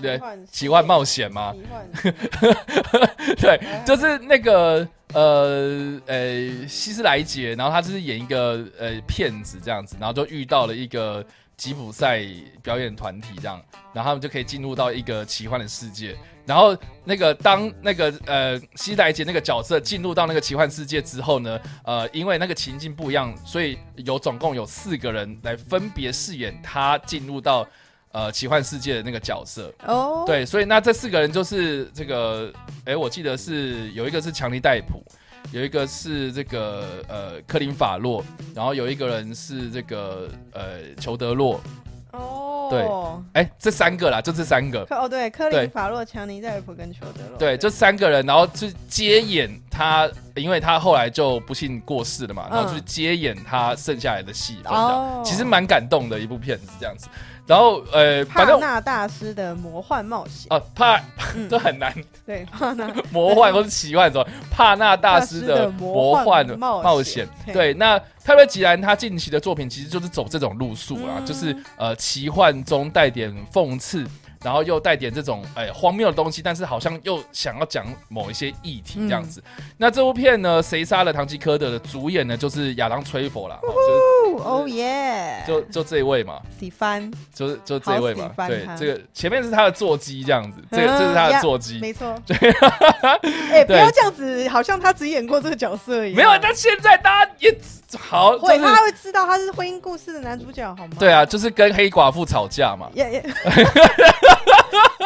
Speaker 1: 对，奇幻冒险嘛，
Speaker 2: 哦奇幻，
Speaker 1: 对，就是那个呃呃希斯莱杰，然后他就是演一个呃骗子这样子，然后就遇到了一个吉普赛表演团体这样，然后他们就可以进入到一个奇幻的世界。然后那个当那个呃希斯莱杰那个角色进入到那个奇幻世界之后呢，呃，因为那个情境不一样，所以有总共有四个人来分别饰演他进入到呃奇幻世界的那个角色。
Speaker 2: 哦，，
Speaker 1: 对，所以那这四个人就是这个，哎、我记得是有一个是强尼戴普，有一个是这个呃克林法洛，然后有一个人是这个呃裘德洛，
Speaker 2: 哦，
Speaker 1: 对哎、这三个啦，就这三个，
Speaker 2: 科哦对，科
Speaker 1: 对
Speaker 2: 林、法洛、强尼、戴尔普跟裘德洛，
Speaker 1: 对，这三个人，然后就接演他，因为他后来就不幸过世了嘛，然后就是接演他剩下来的戏份这样，
Speaker 2: 嗯哦
Speaker 1: 其实蛮感动的一部片子这样子，然后呃，
Speaker 2: 帕
Speaker 1: 反正。
Speaker 2: 纳大师的魔幻冒险，
Speaker 1: 啊，帕
Speaker 2: 嗯
Speaker 1: 这很难
Speaker 2: 对，帕纳
Speaker 1: 魔幻或是奇幻什么帕纳大师的魔幻冒险。对，那泰瑞吉兰他近期的作品其实就是走这种路数啦，
Speaker 2: 嗯
Speaker 1: 就是呃奇幻中带点讽刺。然后又带点这种哎荒谬的东西，但是好像又想要讲某一些议题这样子。
Speaker 2: 嗯
Speaker 1: 那这部片呢，《谁杀了堂吉诃德》的主演呢，就是亚当·崔佛啦，哦
Speaker 2: 哦哦耶，
Speaker 1: 就是就就这一位嘛，
Speaker 2: 喜欢，
Speaker 1: 就是就这一位
Speaker 2: 好
Speaker 1: 嘛
Speaker 2: 喜。欢
Speaker 1: 对
Speaker 2: 他，
Speaker 1: 这个前面是他的座机这样子，这个
Speaker 2: 嗯
Speaker 1: 这是他的
Speaker 2: 呀
Speaker 1: 座机。
Speaker 2: 没错，哎，不要这样子，好像他只演过这个角色一样，
Speaker 1: 没有，但现在大家也好，就
Speaker 2: 会
Speaker 1: 是
Speaker 2: 他会知道他是婚姻故事的男主角好吗？
Speaker 1: 对啊，就是跟黑寡妇吵架嘛。
Speaker 2: 也 也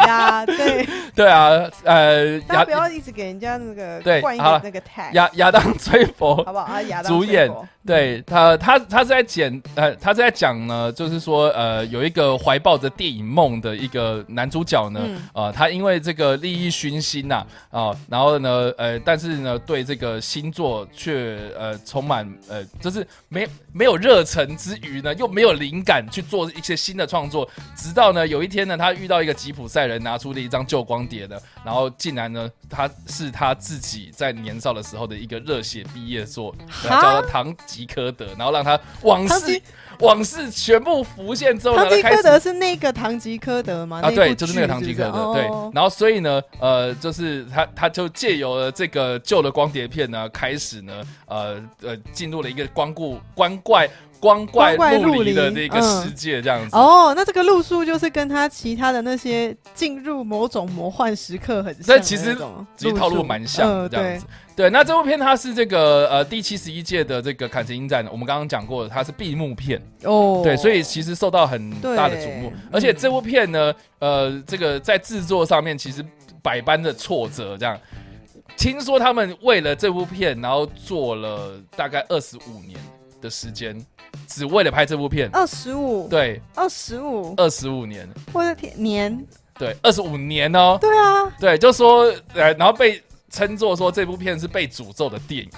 Speaker 2: 呀，对，
Speaker 1: 对啊，呃，
Speaker 2: 大
Speaker 1: 亚
Speaker 2: 家不要一直给人家那个
Speaker 1: 对
Speaker 2: 冠一
Speaker 1: 好
Speaker 2: 个
Speaker 1: 了
Speaker 2: 那个 tag，
Speaker 1: 亚亚当 崔佛
Speaker 2: 好不好啊？亚当
Speaker 1: 主
Speaker 2: 崔
Speaker 1: 演
Speaker 2: 佛，
Speaker 1: 对他，他他是在讲，呃，他是在讲呢，就是说，呃，有一个怀抱着电影梦的一个男主角呢，
Speaker 2: 嗯
Speaker 1: 呃，他因为这个利益熏心呐、啊，然后呢，呃，但是呢，对这个星座却呃充满呃，就是没没有热忱之余呢，又没有灵感去做一些新的创作，直到呢有一天呢，他遇到一个吉普赛人拿出了一张旧光碟呢，然后竟然呢，他是他自己在年少的时候的一个热血毕业作，
Speaker 2: 哈
Speaker 1: 叫做堂吉诃德，然后让他往
Speaker 2: 堂
Speaker 1: 事
Speaker 2: 吉
Speaker 1: 往事全部浮现之后，
Speaker 2: 唐
Speaker 1: 呢，
Speaker 2: 吉
Speaker 1: 开
Speaker 2: 诃
Speaker 1: 始
Speaker 2: 德是那个唐吉诃德吗？
Speaker 1: 啊，
Speaker 2: 部
Speaker 1: 对，就是那个
Speaker 2: 剧
Speaker 1: 堂吉诃
Speaker 2: 是不是
Speaker 1: 德，对
Speaker 2: 哦。
Speaker 1: 然后所以呢，呃，就是他他就借由了这个旧的光碟片呢，开始呢，呃呃，进入了一个光顾光怪光怪
Speaker 2: 光怪
Speaker 1: 陆
Speaker 2: 陆
Speaker 1: 离的那
Speaker 2: 离
Speaker 1: 个
Speaker 2: 嗯
Speaker 1: 世界这样子。
Speaker 2: 哦，那这个路数就是跟他其他的那些进入某种魔幻时刻很
Speaker 1: 但
Speaker 2: 像的那种路数，
Speaker 1: 其实其实套路蛮像的
Speaker 2: 嗯
Speaker 1: 这样
Speaker 2: 对
Speaker 1: 子，。对，那这部片它是这个呃第七十一届的这个坎城影展，我们刚刚讲过，它是闭幕片，
Speaker 2: 哦，
Speaker 1: 对，所以其实受到很大的瞩目
Speaker 2: 对。嗯
Speaker 1: 而且这部片呢，呃，这个在制作上面其实百般的挫折，这样。听说他们为了这部片，然后做了大概二十五年的时间，只为了拍这部片。
Speaker 2: 二十五，
Speaker 1: 对，
Speaker 2: 二十五，
Speaker 1: 二十五年，
Speaker 2: 我的天，年，
Speaker 1: 对，二十五年哦。
Speaker 2: 对啊，
Speaker 1: 对，就说呃，然后被称作说这部片是被诅咒的电影。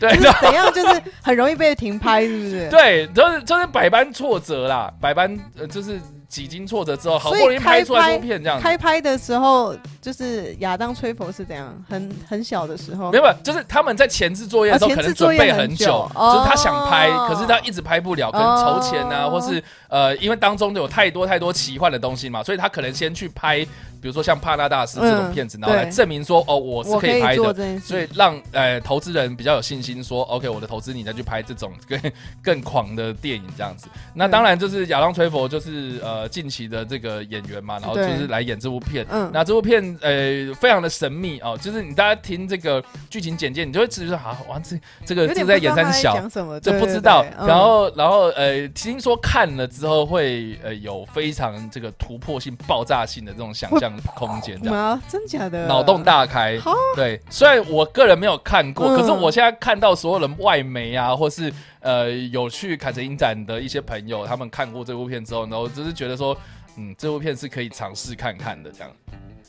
Speaker 1: 对，
Speaker 2: 就
Speaker 1: 然
Speaker 2: 是
Speaker 1: 后
Speaker 2: 怎样，就是很容易被停拍，是不是？
Speaker 1: 哎 对，就是就是百般挫折啦，百般呃，就是几经挫折之后，好不容易拍出来这部片这样子，
Speaker 2: 开拍的时候，就是亚当吹佛是怎样，很很小的时候
Speaker 1: 没，有，没有就是他们在前置作业的时候
Speaker 2: 啊
Speaker 1: 可
Speaker 2: 前
Speaker 1: 能
Speaker 2: 置
Speaker 1: 准
Speaker 2: 作
Speaker 1: 备
Speaker 2: 业
Speaker 1: 很
Speaker 2: 很久
Speaker 1: 久，
Speaker 2: 哦
Speaker 1: 就是他想拍，可是他一直拍不了，可能筹钱啊，
Speaker 2: 哦
Speaker 1: 或是呃，因为当中有太多太多奇幻的东西嘛，所以他可能先去拍，比如说像《帕拉大师》这种
Speaker 2: 嗯
Speaker 1: 片子，然后来
Speaker 2: 对
Speaker 1: 证明说哦，我是
Speaker 2: 我
Speaker 1: 可
Speaker 2: 可
Speaker 1: 以拍
Speaker 2: 以
Speaker 1: 的
Speaker 2: 做，这件事，
Speaker 1: 所以让呃投资人比较有信心说，OK，我的投资你再去拍这种 更更狂的电影这样子。那
Speaker 2: 对
Speaker 1: 当然就是亚当·崔佛就是呃近期的这个演员嘛，然后就
Speaker 2: 对
Speaker 1: 是来演这部片。
Speaker 2: 嗯，
Speaker 1: 那这部片呃非常的神秘哦，就是你大家听这个剧情简介，你就会知道啊，哇，这这个
Speaker 2: 有
Speaker 1: 这
Speaker 2: 点
Speaker 1: 个在
Speaker 2: 不知
Speaker 1: 演
Speaker 2: 道他
Speaker 1: 三
Speaker 2: 在
Speaker 1: 小。
Speaker 2: 讲什么，
Speaker 1: 这
Speaker 2: 对
Speaker 1: 不知道
Speaker 2: 对，对嗯
Speaker 1: 然后，然后，呃，听说看了之后会，呃，有非常这个突破性、爆炸性的这种想象空间，这样。
Speaker 2: 哇，嗯啊真假的
Speaker 1: 脑洞大开
Speaker 2: 哈。
Speaker 1: 对，虽然我个人没有看过，
Speaker 2: 嗯
Speaker 1: 可是我现在看到所有人外媒啊，或是呃有去坎城影展的一些朋友，他们看过这部片之后，然后就是觉得说，嗯，这部片是可以尝试看看的这样。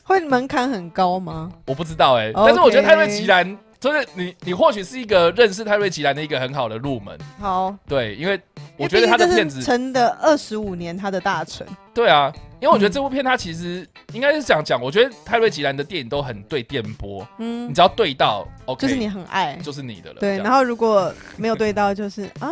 Speaker 2: 会门槛很高吗？
Speaker 1: 我不知道哎、
Speaker 2: OK
Speaker 1: 但是我觉得泰瑞吉兰，就是你，你或许是一个认识泰瑞吉兰的一个很好的入门。
Speaker 2: 好，
Speaker 1: 对，因为
Speaker 2: 因
Speaker 1: 我
Speaker 2: 为
Speaker 1: 觉得他的
Speaker 2: 毕竟
Speaker 1: 片
Speaker 2: 这是
Speaker 1: 子，
Speaker 2: 成的二十五年他的大成，
Speaker 1: 对啊，因为我觉得
Speaker 2: 嗯
Speaker 1: 这部片它其实应该是这样讲，我觉得泰瑞吉兰的电影都很对电波，你
Speaker 2: 嗯，
Speaker 1: 只要对到，OK，
Speaker 2: 就是你很爱，
Speaker 1: 就是你的了。这
Speaker 2: 对，
Speaker 1: 样
Speaker 2: 然后如果没有对到，就是啊，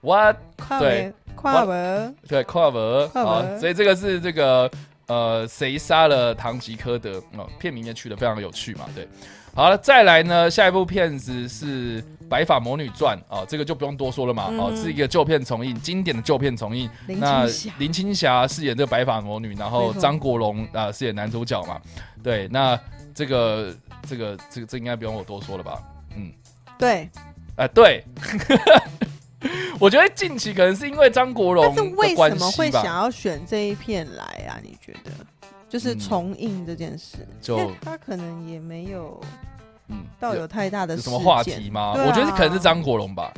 Speaker 1: What？
Speaker 2: 跨
Speaker 1: 对
Speaker 2: 文跨文，
Speaker 1: 对，跨文
Speaker 2: 跨
Speaker 1: 啊，
Speaker 2: 文
Speaker 1: 所以这个是这个呃，谁杀了堂吉诃德？哦、片名也取得非常有趣嘛，对。好了，再来呢，下一部片子是《白发魔女传》哦，这个就不用多说了嘛，哦，是一个旧片重映，经典的旧片重映。
Speaker 2: 嗯林
Speaker 1: 那
Speaker 2: 青霞，
Speaker 1: 林青霞饰演这个白发魔女，然后
Speaker 2: 没错
Speaker 1: 张国荣啊、饰演男主角嘛，对，那这个这个这个这应该不用我多说了吧？
Speaker 2: 对，
Speaker 1: 啊、对， 我觉得近期可能是因为张国荣
Speaker 2: 但是为
Speaker 1: 的
Speaker 2: 什
Speaker 1: 关
Speaker 2: 么会
Speaker 1: 系
Speaker 2: 想
Speaker 1: 吧，
Speaker 2: 要选这一片来啊？你觉得？就是
Speaker 1: 嗯
Speaker 2: 重映这件事，因
Speaker 1: 就
Speaker 2: 为他可能也没有
Speaker 1: 嗯，
Speaker 2: 到
Speaker 1: 有
Speaker 2: 有太大的
Speaker 1: 有
Speaker 2: 事
Speaker 1: 什
Speaker 2: 件
Speaker 1: 么话题吗？
Speaker 2: 对啊
Speaker 1: 我觉得可能是张国荣吧，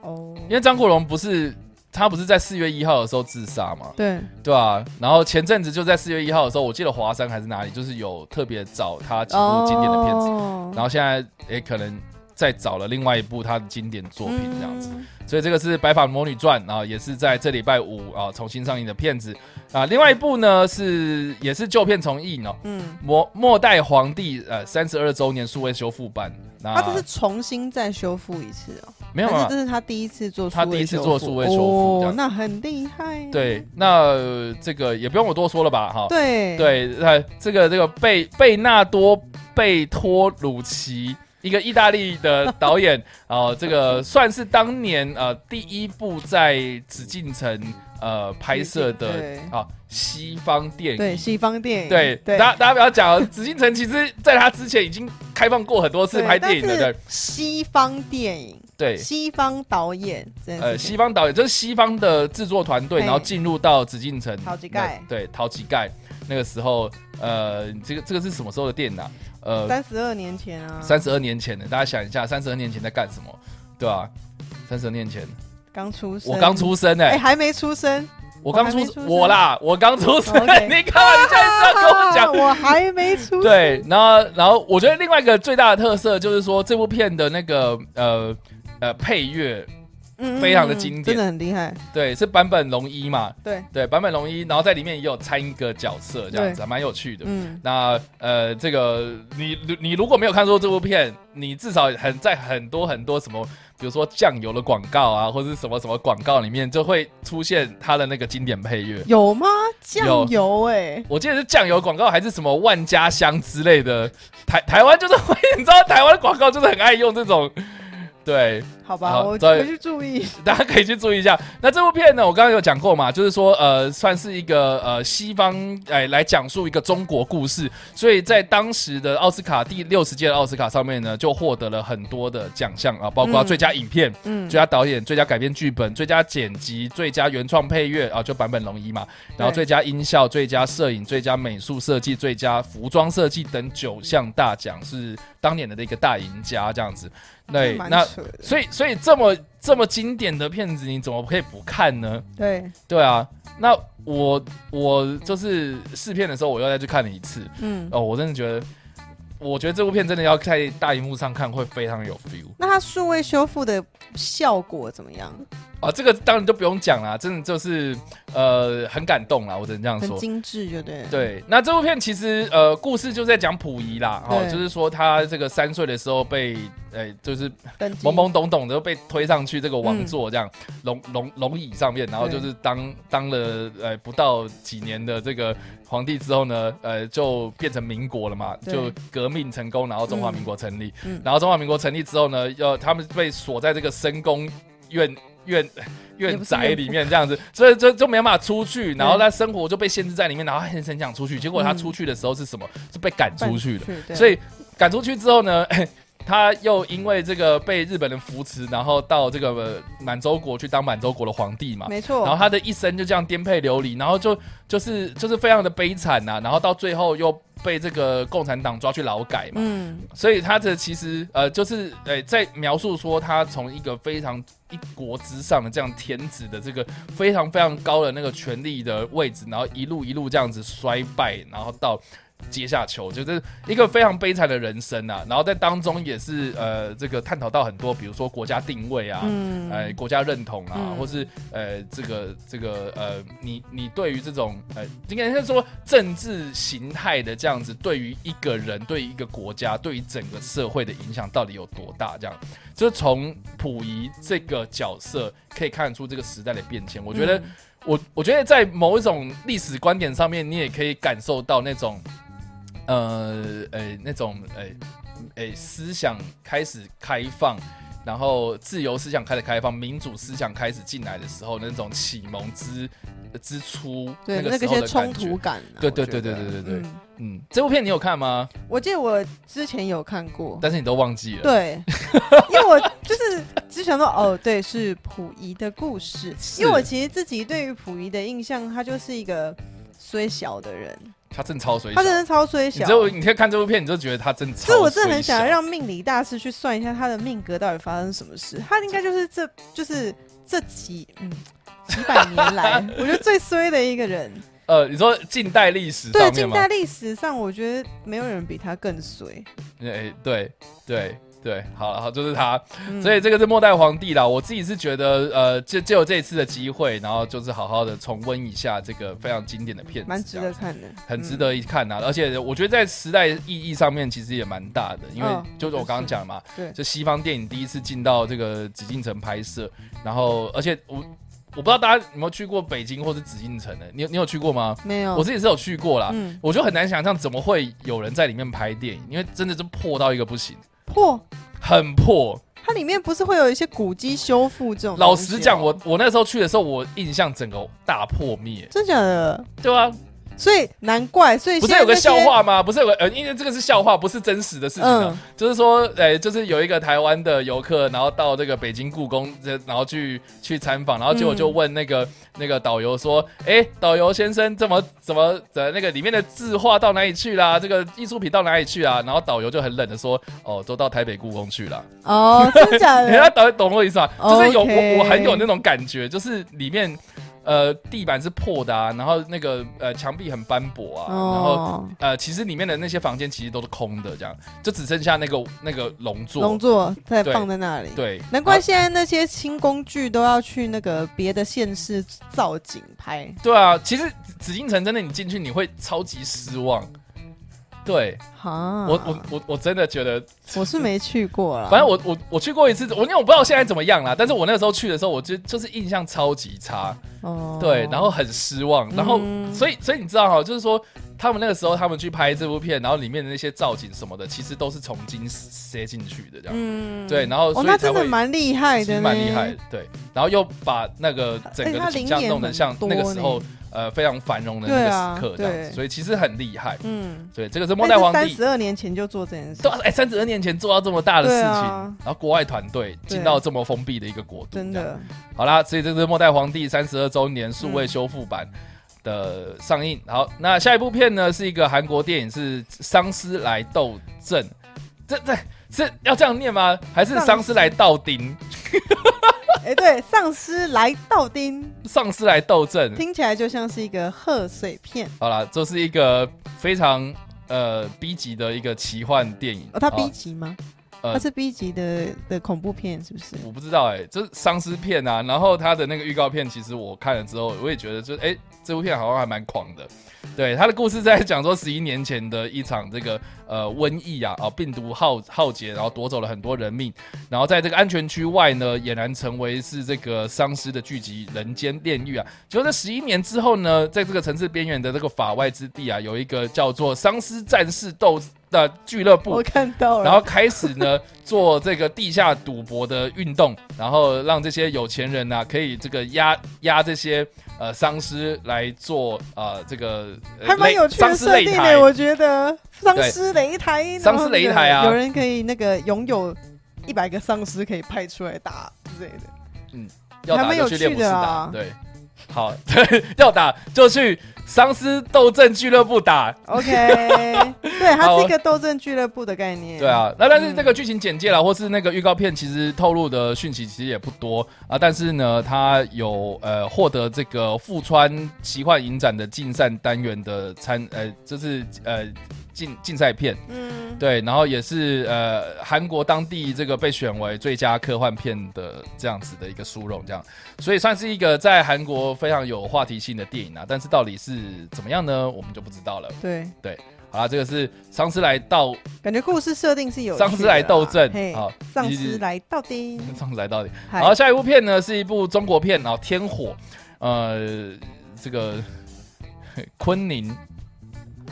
Speaker 2: 哦，
Speaker 1: 因为张国荣不是他不是在四月一号的时候自杀嘛，
Speaker 2: 对
Speaker 1: 对啊，然后前阵子就在四月一号的时候，我记得华山还是哪里，就是有特别找他几部经典的片子，
Speaker 2: 哦
Speaker 1: 然后现在也可能再找了另外一部他的经典作品这样子。
Speaker 2: 嗯
Speaker 1: 所以这个是《白发魔女传》啊，也是在这礼拜五啊重新上映的片子啊。另外一部呢是也是旧片重映哦，
Speaker 2: 嗯，
Speaker 1: 《末末代皇帝》呃三十二周年数位修复版。那、
Speaker 2: 啊他这是重新再修复一次哦，
Speaker 1: 没有啊
Speaker 2: 还
Speaker 1: 没
Speaker 2: 是
Speaker 1: 有
Speaker 2: 这是他第一次做数
Speaker 1: 他
Speaker 2: 位修复，
Speaker 1: 第一次做数位修复这
Speaker 2: 哦
Speaker 1: 样，
Speaker 2: 那很厉害，
Speaker 1: 对，那、呃这个也不用我多说了吧哈。
Speaker 2: 嗯对，
Speaker 1: 对，呃，这个这个贝贝纳多贝托鲁奇。一个意大利的导演， 呃，这个算是当年呃第一部在紫禁城呃拍摄的
Speaker 2: 对
Speaker 1: 啊西方电
Speaker 2: 对，
Speaker 1: 影。
Speaker 2: 西方电影，
Speaker 1: 对，
Speaker 2: 对，
Speaker 1: 大家大家不要讲哦，紫禁城其实在它之前已经开放过很多次
Speaker 2: 对
Speaker 1: 拍电影
Speaker 2: 但
Speaker 1: 的，
Speaker 2: 是
Speaker 1: 对
Speaker 2: 西方电影，
Speaker 1: 对，
Speaker 2: 西方导演，真的
Speaker 1: 呃，西方导演就是西方的制作团队，
Speaker 2: 嘿
Speaker 1: 然后进入到紫禁城，
Speaker 2: 陶吉盖
Speaker 1: 那对，陶吉盖那个时候，呃，这个这个是什么时候的电影啊？呃，
Speaker 2: 三十二年前啊，
Speaker 1: 三十二年前的，大家想一下，三十二年前在干什么？对吧、啊？三十二年前，
Speaker 2: 刚出生，
Speaker 1: 我刚，出生哎、
Speaker 2: 哎，还没 出生，
Speaker 1: 我刚
Speaker 2: 我还
Speaker 1: 出
Speaker 2: 没出生
Speaker 1: 我啦，我刚出生，
Speaker 2: 哦，OK
Speaker 1: 你干嘛？你现 在是要跟我
Speaker 2: 啊
Speaker 1: 讲？
Speaker 2: 我还没出，
Speaker 1: 对，然后然后我觉得另外一个最大的特色就是说这部片的那个呃呃配乐，
Speaker 2: 嗯，嗯
Speaker 1: 非常的经典
Speaker 2: 真的很厉害，
Speaker 1: 对，是坂本龙一嘛，
Speaker 2: 对，
Speaker 1: 对，坂本龙一，然后在里面也有参一个角色，这样子还啊蛮有趣的。
Speaker 2: 嗯，
Speaker 1: 那呃，这个你你你如果没有看过这部片，你至少很在很多很多什么，比如说酱油的广告啊，或者是什么什么广告里面，就会出现它的那个经典配乐。
Speaker 2: 有吗？酱油，哎，
Speaker 1: 我记得是酱油广告还是什么万家香之类的，台台湾就是会， 你知道台湾的广告就是很爱用这种，对，
Speaker 2: 好
Speaker 1: 好
Speaker 2: 吧，我
Speaker 1: 再
Speaker 2: 回去注意，
Speaker 1: 大家可以去注意一下。那这部片呢，我刚刚有讲过嘛，就是说呃，算是一个呃西方哎、来讲述一个中国故事，所以在当时的奥斯卡第六十届的奥斯卡上面呢，就获得了很多的奖项啊，包括
Speaker 2: 嗯
Speaker 1: 最佳影片、
Speaker 2: 嗯
Speaker 1: 最，佳导演、最佳改编剧本、最佳剪辑、最佳原创配乐啊，就坂本龙一嘛，然后
Speaker 2: 对
Speaker 1: 最佳音效、最佳摄影、最佳美术设计、最佳服装设计等九项大奖是当年的一个大赢家这样子。对，
Speaker 2: 蛮
Speaker 1: 那
Speaker 2: 扯的
Speaker 1: 所以所以这么这么经典的片子，你怎么可以不看呢？
Speaker 2: 对，
Speaker 1: 对啊，那我我就是试片的时候，我又再去看了一次
Speaker 2: 嗯，
Speaker 1: 哦，我真的觉得，我觉得这部片真的要在大荧幕上看会非常有 feel。
Speaker 2: 那它数位修复的效果怎么样？
Speaker 1: 啊，这个当然就不用讲啦，真的就是呃很感动啦，我只能这样
Speaker 2: 很
Speaker 1: 说。
Speaker 2: 精致，就对了，
Speaker 1: 对，那这部片其实呃故事就在讲溥仪啦，哦，
Speaker 2: 对
Speaker 1: 就是说他这个三岁的时候被呃、就是
Speaker 2: 登记，
Speaker 1: 懵懵懂懂的被推上去这个王座这样
Speaker 2: 嗯
Speaker 1: 龙龙龙椅上面，然后就是当当了呃不到几年的这个皇帝之后呢，呃就变成民国了嘛，
Speaker 2: 对
Speaker 1: 就革命成功，然后中华民国成立，
Speaker 2: 嗯嗯
Speaker 1: 然后中华民国成立之后呢，要他们被锁在这个深宫院院。
Speaker 2: 也
Speaker 1: 院
Speaker 2: 不是
Speaker 1: 宅
Speaker 2: 院
Speaker 1: 里面这样子，所以就就没办法出去，然后
Speaker 2: 嗯
Speaker 1: 他生活就被限制在里面，然后他很很想出去，结果他出去的时候是什么？是被赶
Speaker 2: 搬
Speaker 1: 出去的。
Speaker 2: 对
Speaker 1: 所以赶出去之后呢， 他又因为这个被日本人扶持，然后到这个呃满洲国去当满洲国的皇帝嘛。
Speaker 2: 没错，
Speaker 1: 啊然后他的一生就这样颠沛流离，然后就就是就是非常的悲惨呐、然后到最后又被这个共产党抓去劳改嘛，
Speaker 2: 嗯，
Speaker 1: 所以他这其实呃就是呃在描述说他从一个非常一国之上的这样天子的这个非常非常高的那个权力的位置，然后一路一路这样子衰败，然后到。阶下囚就是一个非常悲惨的人生啊，然后在当中也是呃，这个探讨到很多，比如说国家定位啊，
Speaker 2: 嗯
Speaker 1: 呃，国家认同啊，
Speaker 2: 嗯
Speaker 1: 或是呃，这个这个呃，你你对于这种呃，应该是说政治形态的这样子，对于一个人、对于一个国家、对于整个社会的影响到底有多大？这样，就是从溥仪这个角色可以看出这个时代的变迁。我觉得，
Speaker 2: 嗯
Speaker 1: 我我觉得在某一种历史观点上面，你也可以感受到那种，呃，呃、那种，呃、呃、思想开始开放，然后自由思想开始开放，民主思想开始进来的时候，那种启蒙之呃之初，
Speaker 2: 对
Speaker 1: 那个时
Speaker 2: 个
Speaker 1: 候
Speaker 2: 些
Speaker 1: 的
Speaker 2: 冲
Speaker 1: 感觉
Speaker 2: 突，感、啊，
Speaker 1: 对
Speaker 2: 我
Speaker 1: 对
Speaker 2: 觉
Speaker 1: 对对
Speaker 2: 得
Speaker 1: 对对对，
Speaker 2: 嗯，
Speaker 1: 嗯，这部片你有看吗？
Speaker 2: 我记得我之前有看过，
Speaker 1: 但是你都忘记了，
Speaker 2: 对，因为我就是只想说，哦，对，是溥仪的故事。因为我
Speaker 1: 是
Speaker 2: 其实自己对于溥仪的印象，他就是一个虽小的人，
Speaker 1: 他真的超水
Speaker 2: 他
Speaker 1: 小，
Speaker 2: 真的超虽
Speaker 1: 你
Speaker 2: 小。
Speaker 1: 只有你可以看这部片，你就觉得他真的超水
Speaker 2: 所以
Speaker 1: 小，
Speaker 2: 我真的很想让命理大师去算一下他的命格到底发生什么事。他应该就是这就是这几嗯几百年 来，我觉得最衰的一个人。
Speaker 1: 呃，你说近代历史
Speaker 2: 对
Speaker 1: 上
Speaker 2: 近
Speaker 1: 面吗？
Speaker 2: 代历史上，我觉得没有人比他更衰。
Speaker 1: 哎，对对对，好了，好，就是他。
Speaker 2: 嗯
Speaker 1: 所以这个是末代皇帝啦，我自己是觉得，呃，借借由这一次的机会，然后就是好好的重温一下这个非常经典的片子，
Speaker 2: 蛮值
Speaker 1: 这
Speaker 2: 得
Speaker 1: 样，
Speaker 2: 看的，
Speaker 1: 很值
Speaker 2: 嗯
Speaker 1: 得一看呐、而且我觉得在时代意义上面其实也蛮大的，因为
Speaker 2: 嗯
Speaker 1: 就是我刚刚讲嘛，
Speaker 2: 对
Speaker 1: 这西方电影第一次进到这个紫禁城拍摄，然后而且我我不知道大家有没有去过北京或是紫禁城呢、你有你有去过吗？
Speaker 2: 没有，
Speaker 1: 我自己是有去过啦。
Speaker 2: 嗯
Speaker 1: 我就很难想象怎么会有人在里面拍电影，因为真的是破到一个不行，
Speaker 2: 破。
Speaker 1: 很破。
Speaker 2: 它里面不是会有一些古迹修复这种东西哦？
Speaker 1: 老实讲，我我那时候去的时候，我印象整个大破灭，
Speaker 2: 真假的，
Speaker 1: 对啊，
Speaker 2: 所以难怪，所以
Speaker 1: 不是
Speaker 2: 现在
Speaker 1: 有个
Speaker 2: 那些
Speaker 1: 笑，话吗？不是有个呃，因为这个是笑话，不是真实的事情啊。
Speaker 2: 嗯
Speaker 1: 就是说，呃、就是有一个台湾的游客，然后到这个北京故宫，这然后去去参访，然后结果就
Speaker 2: 嗯
Speaker 1: 问那个、那个导游说：“哎、导游先生，怎么怎么的那个里面的字画到哪里去啦？这个艺术品到哪里去啊？”然后导游就很冷的说：“哦，都到台北故宫去哎了。”
Speaker 2: 哦，真 假
Speaker 1: 人家
Speaker 2: 的，
Speaker 1: 懂懂我意思吗？就是有
Speaker 2: 哦 OK
Speaker 1: 我我很有那种感觉，就是里面呃地板是破的啊，然后那个呃墙壁很斑驳啊，然后
Speaker 2: 哦，
Speaker 1: 呃其实里面的那些房间其实都是空的，这样就只剩下那个那个龙座，
Speaker 2: 龙座在
Speaker 1: 对
Speaker 2: 放在那里。
Speaker 1: 对，
Speaker 2: 难怪
Speaker 1: 啊
Speaker 2: 现在那些新工具都要去那个别的县市造景拍，
Speaker 1: 对啊，其实紫紫禁城真的你进去你会超级失望。对
Speaker 2: 哈，
Speaker 1: 我我我我真的觉得，
Speaker 2: 我是没去过啦。
Speaker 1: 反正我我我去过一次，我因为我不知道现在怎么样啦，但是我那时候去的时候，我就就是印象超级差。
Speaker 2: 哦
Speaker 1: 对，然后很失望，然后、
Speaker 2: 嗯
Speaker 1: 所以所以你知道哈，就是说他们那个时候他们去拍这部片，然后里面的那些造景什么的，其实都是重金塞进去的这样，
Speaker 2: 嗯
Speaker 1: 对，然后
Speaker 2: 哦，
Speaker 1: 所
Speaker 2: 那
Speaker 1: 以才
Speaker 2: 真的
Speaker 1: 会。
Speaker 2: 蛮厉害
Speaker 1: 其
Speaker 2: 的
Speaker 1: 实
Speaker 2: 呢，
Speaker 1: 蛮厉害的，对，然后又把那个整个
Speaker 2: 而且它
Speaker 1: 的
Speaker 2: 零
Speaker 1: 景象
Speaker 2: 点
Speaker 1: 弄得
Speaker 2: 很
Speaker 1: 像那个
Speaker 2: 多
Speaker 1: 时
Speaker 2: 呢
Speaker 1: 候，呃，非常繁荣的那
Speaker 2: 对
Speaker 1: 个
Speaker 2: 啊
Speaker 1: 时刻这样子，
Speaker 2: 对
Speaker 1: 所以其实很厉害。
Speaker 2: 嗯，
Speaker 1: 对，这个是末代
Speaker 2: 那
Speaker 1: 皇
Speaker 2: 是三
Speaker 1: 帝，
Speaker 2: 十二年前就做这件事
Speaker 1: 对，啊，哎，三十二年前做到这么大的事
Speaker 2: 对
Speaker 1: 情，
Speaker 2: 啊
Speaker 1: 然后国外团队进
Speaker 2: 对
Speaker 1: 到这么封闭的一个国度，
Speaker 2: 真
Speaker 1: 这样
Speaker 2: 的，
Speaker 1: 好啦，所以这是《末代皇帝》三十二周年数位修复版的上映。好，那下一部片呢是一个韩国电影，是《丧尸来斗阵》。这这是要这样念吗？还是《丧尸来倒丁》？
Speaker 2: 哎，对，丧尸来到丁。
Speaker 1: 《丧尸来斗阵》
Speaker 2: 听起来就像是一个贺岁片
Speaker 1: 好啦，这是一个非常呃 B 级的一个奇幻电影。
Speaker 2: 哦。它
Speaker 1: 好
Speaker 2: B 级吗？
Speaker 1: 呃
Speaker 2: 它是 B 级的的恐怖片是不是？
Speaker 1: 我不知道哎、就是丧尸片啊。然后他的那个预告片，其实我看了之后，我也觉得就，是哎，这部片好像还蛮狂的。对，他的故事在讲说，十一年前的一场这个呃瘟疫啊，啊病毒浩浩劫，然后夺走了很多人命，然后在这个安全区外呢，俨然成为是这个丧尸的聚集人间炼狱啊。结果在十一年之后呢，在这个城市边缘的这个法外之地啊，有一个叫做丧尸战士斗的俱乐部
Speaker 2: 我，看到了。
Speaker 1: 然后开始呢做这个地下赌博的运动，然后让这些有钱人呐、可以这个压压这些呃丧尸来做呃这个呃
Speaker 2: 还蛮
Speaker 1: 擂
Speaker 2: 有趣
Speaker 1: 丧
Speaker 2: 的
Speaker 1: 尸
Speaker 2: 设
Speaker 1: 擂
Speaker 2: 定
Speaker 1: 台
Speaker 2: 的，我觉得丧尸擂台，然
Speaker 1: 丧
Speaker 2: 后
Speaker 1: 尸擂
Speaker 2: 那个
Speaker 1: 台啊
Speaker 2: 有人可以那个拥有一百个丧尸可以派出来打之类的，
Speaker 1: 要
Speaker 2: 还
Speaker 1: 打
Speaker 2: 蛮
Speaker 1: 就
Speaker 2: 有
Speaker 1: 去
Speaker 2: 趣
Speaker 1: 练武士
Speaker 2: 的
Speaker 1: 打，
Speaker 2: 啊
Speaker 1: 对，好 对，要打就去丧尸斗阵俱乐部打，
Speaker 2: OK，对，它
Speaker 1: 好
Speaker 2: 是一个斗阵俱乐部的概念。
Speaker 1: 对，啊，那但是这个剧情简介啦，或是那个预告片，其实透露的讯息其实也不多啊。但是呢，它有呃获得这个富川奇幻影展的竞赛单元的参呃，就是呃竞竞赛片，
Speaker 2: 嗯，
Speaker 1: 对，然后也是呃韩国当地这个被选为最佳科幻片的这样子的一个殊荣，这样，所以算是一个在韩国非常有话题性的电影啊。但是到底是怎么样呢，我们就不知道了。
Speaker 2: 对，
Speaker 1: 好啦，这个是丧尸来到
Speaker 2: 感觉故事设定是有啊
Speaker 1: 丧尸来斗阵
Speaker 2: 嘿，
Speaker 1: 好，
Speaker 2: 丧
Speaker 1: 一
Speaker 2: 尸来到丁，
Speaker 1: 丧尸来到底。
Speaker 2: 嗨
Speaker 1: 好，下一部片呢是一部中国片哦，《天火》。呃，这个昆宁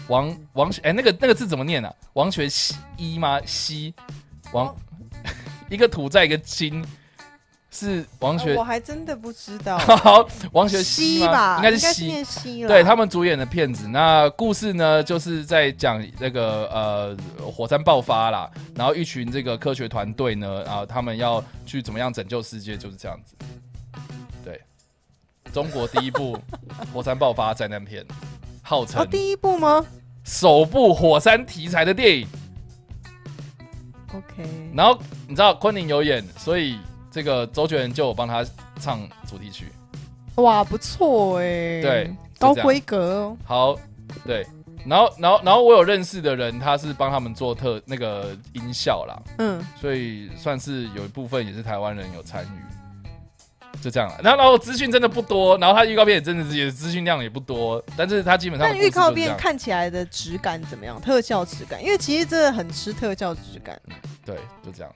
Speaker 1: 王王哎、那个那个字怎么念啊？王学一吗？西王 一个土在一个金，是王学。
Speaker 2: 呃我还真的不知 道
Speaker 1: 好王学西
Speaker 2: 西
Speaker 1: 吗？
Speaker 2: 吧，
Speaker 1: 应该是
Speaker 2: 是
Speaker 1: 西。
Speaker 2: 念西了。
Speaker 1: 对他们主演的片子，那故事呢，就是在讲那个呃火山爆发啦，然后一群这个科学团队呢，啊，他们要去怎么样拯救世界，就是这样子。对，中国第一 部火山爆发灾难片，号
Speaker 2: 哦，
Speaker 1: 称
Speaker 2: 第一部吗
Speaker 1: 首部火山题材的电影。
Speaker 2: ？OK，
Speaker 1: 然后你知道昆凌有演，所以这个周杰伦就有帮他唱主题曲。
Speaker 2: 哇，不错哎、
Speaker 1: 对，
Speaker 2: 高
Speaker 1: 就这样
Speaker 2: 规格哦。
Speaker 1: 好，对，然后然后然后我有认识的人，他是帮他们做特那个音效啦，
Speaker 2: 嗯，
Speaker 1: 所以算是有一部分也是台湾人有参与，就这样了。然后然后资讯真的不多，然后他预告片也真的是也资讯量也不多，但是他基本上
Speaker 2: 那
Speaker 1: 的
Speaker 2: 预告
Speaker 1: 故事就是这
Speaker 2: 片
Speaker 1: 样
Speaker 2: 看起来的质感怎么样？特效质感，因为其实真的很吃特效质感，啊
Speaker 1: 对就这样，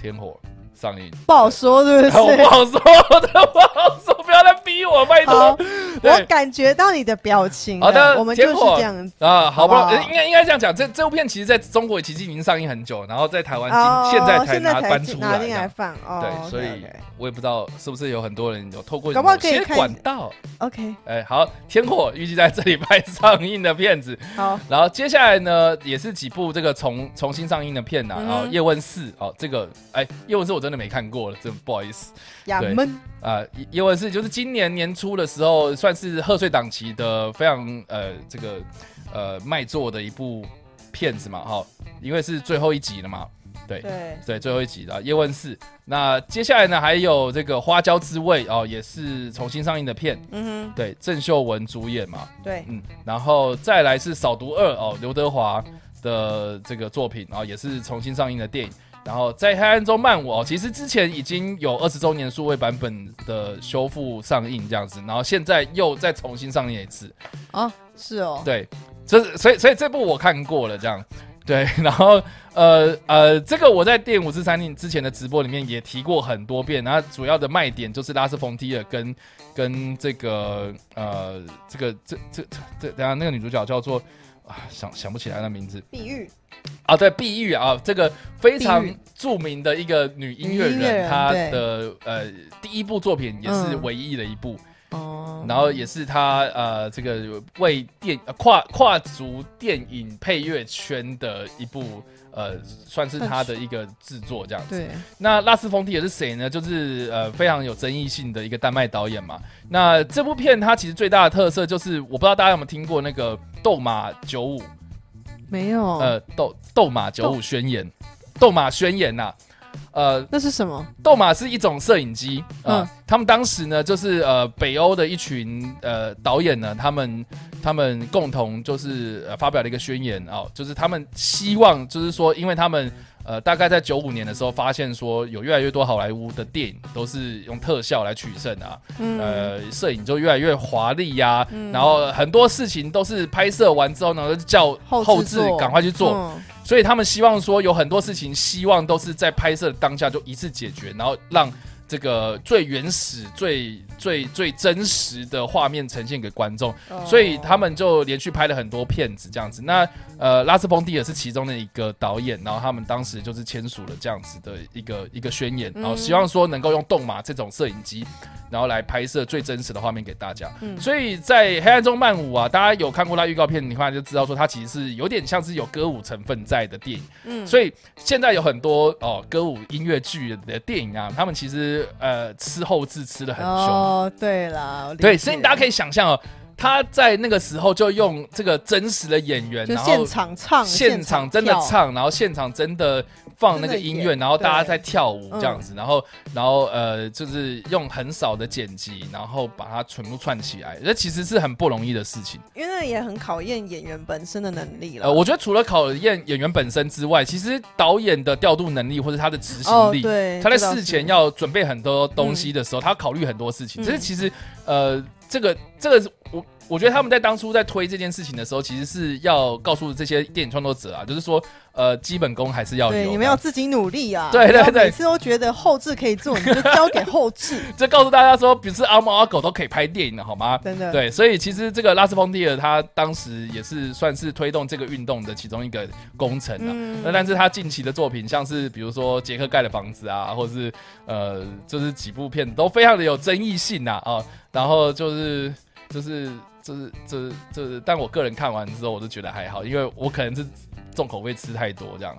Speaker 1: 天火上映，
Speaker 2: 不好说，对
Speaker 1: 哎
Speaker 2: 不
Speaker 1: 我不
Speaker 2: 对？
Speaker 1: 好说，我真的不好说，不要再逼我，拜
Speaker 2: 好
Speaker 1: 托。，对
Speaker 2: 我感觉到你的表情了。
Speaker 1: 好的
Speaker 2: 我们就
Speaker 1: 结
Speaker 2: 是
Speaker 1: 果
Speaker 2: 这样子。
Speaker 1: 啊，好不容易
Speaker 2: 好不好
Speaker 1: 应该应该这样讲，这这部片其实在中国其实已经上映很久，然后在台湾今、
Speaker 2: 哦，
Speaker 1: 现在才
Speaker 2: 现在
Speaker 1: 拿
Speaker 2: 才
Speaker 1: 搬出
Speaker 2: 拿
Speaker 1: 来
Speaker 2: 进来
Speaker 1: 的。
Speaker 2: 放哦。
Speaker 1: 对，所以我也不知道是不是有很多人有透过
Speaker 2: 搞不好
Speaker 1: 某
Speaker 2: 可以
Speaker 1: 些
Speaker 2: 看
Speaker 1: 管道，
Speaker 2: OK，
Speaker 1: 哎，好，《天火》预计在这礼拜上映的片子，
Speaker 2: 好，
Speaker 1: 然后接下来呢也是几部这个重重新上映的片呐、啊，
Speaker 2: 嗯
Speaker 1: 然后《叶问四》哦，这个哎，《叶问四》我真的没看过了，真不好意思
Speaker 2: 亚
Speaker 1: 对
Speaker 2: 闷
Speaker 1: 啊，《叶叶问四》就是今年年初的时候，算是贺岁档期的非常呃这个呃卖座的一部片子嘛，哈、因为是最后一集了嘛，对，
Speaker 2: 对，
Speaker 1: 对，最后一集的《叶问四》。那接下来呢，还有这个《花椒之味》哦，也是重新上映的片，
Speaker 2: 嗯
Speaker 1: 对，郑秀文主演嘛，
Speaker 2: 哼，对，
Speaker 1: 嗯，然后再来是《扫毒二》哦，刘德华的这个作品，然、哦后也是重新上映的电影。然后在黑暗中漫舞哦，其实之前已经有二十周年数位版本的修复上映这样子，然后现在又再重新上映一次，
Speaker 2: 哦，是哦，
Speaker 1: 对，这是所以所以这部我看过了，这样对， 然后呃呃，这个我在电影五四三零之前的直播里面也提过很多遍，然后主要的卖点就是拉斯冯提尔跟跟这个呃这个这这这这，等一下那个女主角叫做啊想想不起来她的名字
Speaker 2: 碧玉
Speaker 1: 啊，对，碧玉啊，这个非常
Speaker 2: 碧玉
Speaker 1: 著名的一个女音乐
Speaker 2: 女音乐
Speaker 1: 人，
Speaker 2: 人
Speaker 1: 她
Speaker 2: 对
Speaker 1: 的呃第一部作品也是
Speaker 2: 嗯
Speaker 1: 唯一的一部，
Speaker 2: 哦，
Speaker 1: 然后也是他呃，这个为电呃跨跨足电影配乐圈的一部呃，算是他的一个制作这样子。
Speaker 2: 对，
Speaker 1: 那拉斯冯提尔是谁呢？就是呃非常有争议性的一个丹麦导演嘛。那这部片它其实最大的特色就是，我不知道大家有没有听过那个斗马九五
Speaker 2: 没有，
Speaker 1: 呃斗斗马九五宣言，斗马宣言呐、呃，
Speaker 2: 那是什么？
Speaker 1: 斗马是一种摄影机啊、
Speaker 2: 嗯
Speaker 1: 他们当时呢，就是呃北欧的一群呃导演呢，他们他们共同就是、呃、发表了一个宣言啊、就是他们希望就是说，因为他们呃大概在九五年的时候发现说，有越来越多好莱坞的电影都是用特效来取胜啊，
Speaker 2: 嗯，
Speaker 1: 呃摄影就越来越华丽呀，
Speaker 2: 嗯
Speaker 1: 然后很多事情都是拍摄完之后呢，就叫
Speaker 2: 后
Speaker 1: 后
Speaker 2: 制
Speaker 1: 置
Speaker 2: 作
Speaker 1: 赶快去做，
Speaker 2: 嗯
Speaker 1: 所以他们希望说有很多事情，希望都是在拍摄当下就一次解决，然后让这个最原始、最最最真实的画面呈现给观众。
Speaker 2: 哦
Speaker 1: 所以他们就连续拍了很多片子这样子。那呃，拉斯冯蒂也是其中的一个导演，然后他们当时就是签署了这样子的一个一个宣言，然后希望说能够用动马这种摄影机，然后来拍摄最真实的画面给大家。
Speaker 2: 嗯
Speaker 1: 所以在《黑暗中漫舞》啊，大家有看过它预告片，你看就知道说它其实是有点像是有歌舞成分在的电影。
Speaker 2: 嗯
Speaker 1: 所以现在有很多哦歌舞音乐剧的电影啊，他们其实呃吃后置吃的很凶。
Speaker 2: 哦，对啦，我理
Speaker 1: 对，
Speaker 2: 解
Speaker 1: 所以大家可以想象哦，他在那个时候就用这个真实的演员，
Speaker 2: 就
Speaker 1: 然
Speaker 2: 现
Speaker 1: 后
Speaker 2: 场唱，
Speaker 1: 现场真的
Speaker 2: 跳，
Speaker 1: 唱，然后现场真的放那个音
Speaker 2: 真的
Speaker 1: 乐，
Speaker 2: 演
Speaker 1: 然后大家
Speaker 2: 对
Speaker 1: 在跳舞
Speaker 2: 嗯
Speaker 1: 这样子，然后然后呃，就是用很少的剪辑，然后把它全部串起来，这其实是很不容易的事情。
Speaker 2: 因为那也很考验演员本身的能力哦了。
Speaker 1: 呃，我觉得除了考验演员本身之外，其实导演的调度能力或者他的执
Speaker 2: 哦
Speaker 1: 行，力，
Speaker 2: 对，
Speaker 1: 他在
Speaker 2: 这倒是
Speaker 1: 事前要准备很多东西的时候，他考虑很多事情。
Speaker 2: 嗯
Speaker 1: 这是其实呃，这个这个我我觉得他们在当初在推这件事情的时候，其实是要告诉这些电影创作者啊，就是说，呃，基本功还是要有的。啊
Speaker 2: 对，你们要自己努力啊！
Speaker 1: 对对
Speaker 2: 不要
Speaker 1: 对
Speaker 2: 每次都觉得后置可以做，你就交给后 置，
Speaker 1: 这告诉大家说，不是阿猫阿狗都可以拍电影的好吗？
Speaker 2: 真的。
Speaker 1: 对，所以其实这个拉斯冯蒂尔他当时也是算是推动这个运动的其中一个功臣啊。
Speaker 2: 嗯
Speaker 1: 那、但是他近期的作品，像是比如说杰克盖的房子啊，或是呃，就是几部片都非常的有争议性呐啊然后就是就是就是就是就是，但我个人看完之后，我就觉得还好，因为我可能是重口味吃太多这样。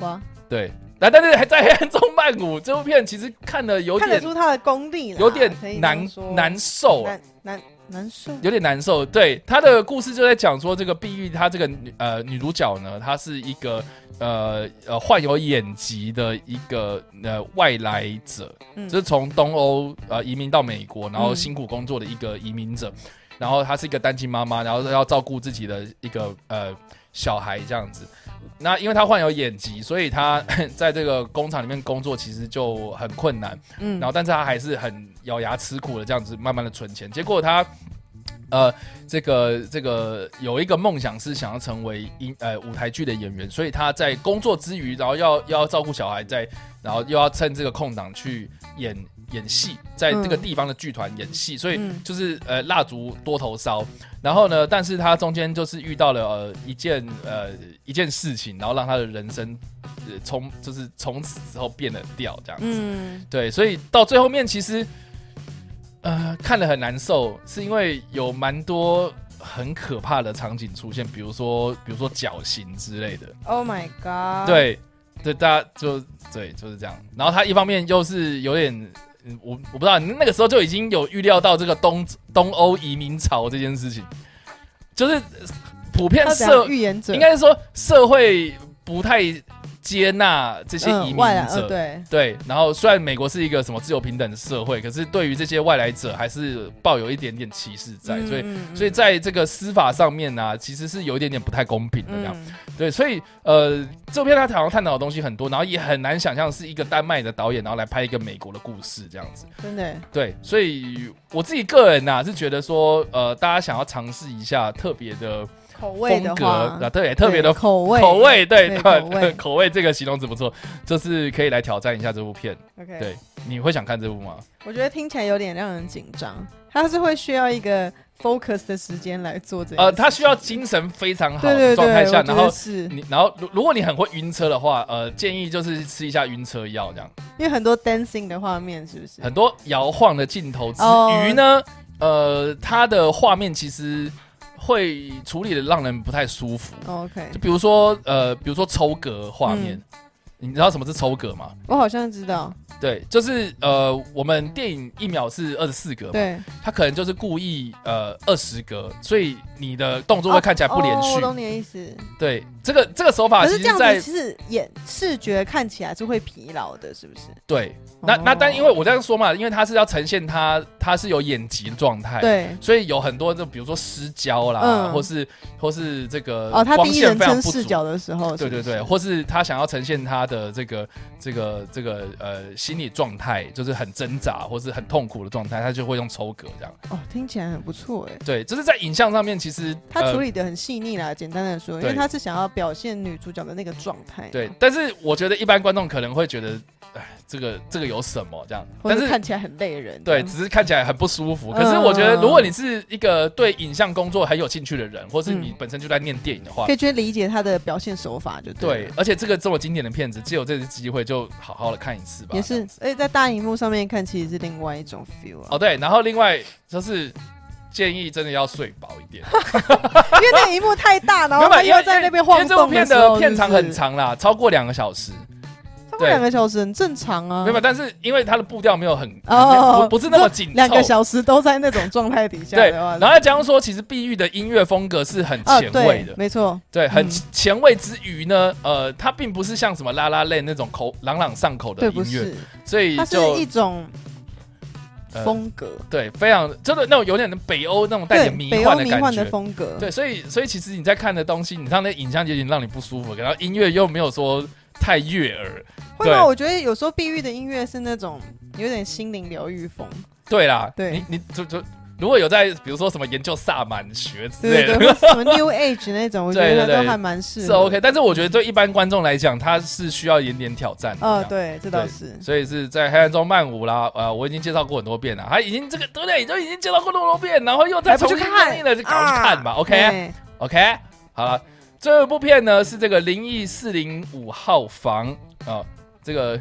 Speaker 2: 哇，
Speaker 1: 对，那、但是还在黑 暗中曼谷这部片，其实看了有
Speaker 2: 看得
Speaker 1: 点
Speaker 2: 出他的功力啦，
Speaker 1: 有
Speaker 2: 啊可以
Speaker 1: 点
Speaker 2: 这
Speaker 1: 难
Speaker 2: 样说
Speaker 1: 难受、啊。
Speaker 2: 难难难受。
Speaker 1: 有点难受。对，他的故事就在讲说，这个碧玉她这个女呃女主角呢，她是一个呃呃患有眼疾的一个呃外来者，
Speaker 2: 嗯
Speaker 1: 就是从东欧呃移民到美国，然后
Speaker 2: 嗯
Speaker 1: 辛苦工作的一个移民者。然后她是一个单亲妈妈，然后要照顾自己的一个呃小孩这样子。那因为她患有眼疾，所以她 在这个工厂里面工作其实就很困难。
Speaker 2: 嗯
Speaker 1: 然后但是他还是很咬牙吃苦的这样子慢慢的存钱，结果他。呃，这个这个有一个梦想是想要成为音呃舞台剧的演员，所以他在工作之余，然后要要照顾小孩在，然后又要趁这个空档去演演戏，在这个
Speaker 2: 嗯
Speaker 1: 地方的剧团演戏，所以
Speaker 2: 嗯
Speaker 1: 就是呃蜡烛多头烧。然后呢，但是他中间就是遇到了呃一件呃一件事情，然后让他的人生呃从就是从此之后变得掉这样子。
Speaker 2: 嗯，
Speaker 1: 对，所以到最后面其实，呃，看了很难受，是因为有蛮多很可怕的场景出现，比如说，比如说绞刑之类的。
Speaker 2: Oh my god！，
Speaker 1: 对，对，大家就对就是这样。然后他一方面又是有点，嗯我我不知道，那个时候就已经有预料到这个东东欧移民潮这件事情，就是呃普遍
Speaker 2: 他怎
Speaker 1: 社
Speaker 2: 样预言者？
Speaker 1: 应该是说社会不太接纳这些移
Speaker 2: 嗯，
Speaker 1: 民
Speaker 2: 外来，
Speaker 1: 者
Speaker 2: 呃，。对，
Speaker 1: 对，然后虽然美国是一个什么自由平等的社会，可是对于这些外来者还是抱有一点点歧视在，
Speaker 2: 嗯
Speaker 1: 所以。
Speaker 2: 以
Speaker 1: 所以在这个司法上面呢、其实是有一点点不太公平的这样。
Speaker 2: 嗯
Speaker 1: 对，所以呃，这篇他好像探讨的东西很多，然后也很难想象是一个丹麦的导演，然后来拍一个美国的故事这样子。
Speaker 2: 真的，
Speaker 1: 对，所以我自己个人呐、啊是觉得说，呃，大家想要尝试一下特别的
Speaker 2: 口味
Speaker 1: 风
Speaker 2: 的
Speaker 1: 格，
Speaker 2: 话，
Speaker 1: 啊，对，特别的
Speaker 2: 对口味，
Speaker 1: 口。味，对，
Speaker 2: 对口味
Speaker 1: 口味这个形容词不错，就是可以来挑战一下这部片。
Speaker 2: OK，
Speaker 1: 对，你会想看这部吗？
Speaker 2: 我觉得听起来有点让人紧张，他是会需要一个 focus 的时间来做这个。
Speaker 1: 呃，他需要精神非常好
Speaker 2: 对对
Speaker 1: 的
Speaker 2: 对，
Speaker 1: 状态下，
Speaker 2: 我觉
Speaker 1: 然
Speaker 2: 得
Speaker 1: 后嗯
Speaker 2: 是
Speaker 1: 你，然后如如果你很会晕车的话，呃，建议就是吃一下晕车药，这样
Speaker 2: 因为很多 dancing 的画面，是不是？
Speaker 1: 很多摇晃的镜头之
Speaker 2: 哦
Speaker 1: 余呢，呃，它的画面其实会处理的让人不太舒服，
Speaker 2: OK，
Speaker 1: 就比如说呃，比如说抽格画面。
Speaker 2: 嗯
Speaker 1: 你知道什么是抽格吗？
Speaker 2: 我好像知道，
Speaker 1: 对，就是呃，我们电影一秒是二十四格嘛，
Speaker 2: 对，
Speaker 1: 他可能就是故意呃二十格，所以你的动作会看起来不连
Speaker 2: 哦
Speaker 1: 续。
Speaker 2: 我懂你的意思。
Speaker 1: 对，这个这个手法
Speaker 2: 可
Speaker 1: 其
Speaker 2: 是这
Speaker 1: 实
Speaker 2: 样
Speaker 1: 在
Speaker 2: 子，其实眼视觉看起来是会疲劳的，是不是？
Speaker 1: 对，那那
Speaker 2: 哦
Speaker 1: 但因为我这样说嘛，因为他是要呈现他他是有眼疾的状态，，
Speaker 2: 哦对，
Speaker 1: 所以有很多就比如说失焦啦，
Speaker 2: 嗯
Speaker 1: 或是或是这个
Speaker 2: 哦，他
Speaker 1: 呃光
Speaker 2: 第一
Speaker 1: 线
Speaker 2: 人
Speaker 1: 非常
Speaker 2: 称
Speaker 1: 不足
Speaker 2: 视。角的时候，
Speaker 1: 对对
Speaker 2: 是不是
Speaker 1: 对，，或是他想要呈现他的这个这个这个呃心理状态，就是很挣扎或是很痛苦的状态，他就会用抽格这样。
Speaker 2: 哦，听起来很不错哎。
Speaker 1: 对，就是在影像上面，其实
Speaker 2: 他
Speaker 1: 呃
Speaker 2: 处理的很细腻啦，简单的说，因为
Speaker 1: 对
Speaker 2: 他是想要表现女主角的那个状态，
Speaker 1: 呃对，，但是我觉得一般观众可能会觉得，哎，这个这个有什么这样？
Speaker 2: 或
Speaker 1: 但
Speaker 2: 者
Speaker 1: 是
Speaker 2: 看起来很累人，
Speaker 1: 对，
Speaker 2: 这样
Speaker 1: 只是看起来很不舒服。
Speaker 2: 嗯
Speaker 1: 可是我觉得，如果你是一个对影像工作很有兴趣的人，或是你
Speaker 2: 嗯
Speaker 1: 本身就在念电影的话
Speaker 2: 可，以去理解他的表现手法就
Speaker 1: 对
Speaker 2: 了，，
Speaker 1: 而且这个这么经典的片子，借有这次机会就好好的看一次吧。
Speaker 2: 也
Speaker 1: 这
Speaker 2: 是
Speaker 1: 样子，
Speaker 2: 而且在大荧幕上面看，其实是另外一种 feel 啊，
Speaker 1: 哦，对，然后另外就是建议真的要睡饱一点，
Speaker 2: 因为那个荧幕太大，然后
Speaker 1: 没有
Speaker 2: 他
Speaker 1: 因为
Speaker 2: 又在那边
Speaker 1: 因
Speaker 2: 晃
Speaker 1: 为
Speaker 2: 动
Speaker 1: 这部片
Speaker 2: 时候
Speaker 1: 的片长很，
Speaker 2: 是
Speaker 1: 长啦，超过两个小时，
Speaker 2: 不是超过两个小时很正常啊，
Speaker 1: 没有，但是因为它的步调没有很
Speaker 2: 哦
Speaker 1: 不不是那么紧
Speaker 2: 两
Speaker 1: 凑
Speaker 2: 个。小时都在那种状态底下
Speaker 1: 对，
Speaker 2: 的话，
Speaker 1: 然后再加上说，其实碧玉的音乐风格是很
Speaker 2: 啊
Speaker 1: 前卫
Speaker 2: 对
Speaker 1: 的，，
Speaker 2: 没错，
Speaker 1: 对，很
Speaker 2: 嗯
Speaker 1: 前卫之余呢，呃，它并不是像什么拉拉类那种口朗朗上口的
Speaker 2: 对，不
Speaker 1: 音乐，
Speaker 2: 是，
Speaker 1: 所以
Speaker 2: 它是
Speaker 1: 就
Speaker 2: 一种
Speaker 1: 呃
Speaker 2: 风格，
Speaker 1: 对非常真的那种有点北欧那种带
Speaker 2: 对
Speaker 1: 点，迷
Speaker 2: 北欧
Speaker 1: 幻的
Speaker 2: 迷
Speaker 1: 感
Speaker 2: 幻的
Speaker 1: 觉。
Speaker 2: 风格，
Speaker 1: 对，所以所以其实你在看的东西，你看那影像有点让你不舒服，然后音乐又没有说太悦耳。
Speaker 2: 会
Speaker 1: 对
Speaker 2: 吗？我觉得有时候碧玉的音乐是那种有点心灵疗愈风，
Speaker 1: 对啦，
Speaker 2: 对
Speaker 1: 你你就就如果有在比如说什么研究萨满学之类
Speaker 2: 对
Speaker 1: 的
Speaker 2: 对，，或是什么 New Age 那种，我觉
Speaker 1: 对
Speaker 2: 得
Speaker 1: 对
Speaker 2: 它
Speaker 1: 对
Speaker 2: 都还蛮适 合。
Speaker 1: 是 OK，但是我觉得对一般观众来讲，他是需要一点点挑战的。
Speaker 2: 呃，
Speaker 1: 这样，
Speaker 2: 对，这倒是。
Speaker 1: 所以是在黑暗中漫舞啦，呃，我已经介绍过很多遍了，他已经这个对不对？已经已经介绍过那么多遍，然后又再
Speaker 2: 还不
Speaker 1: 重
Speaker 2: 去
Speaker 1: 新
Speaker 2: 看啊哎
Speaker 1: 上映了，就赶快去看吧。OK
Speaker 2: 对
Speaker 1: OK，好了，这部片呢是这个灵异四零五号房啊、这个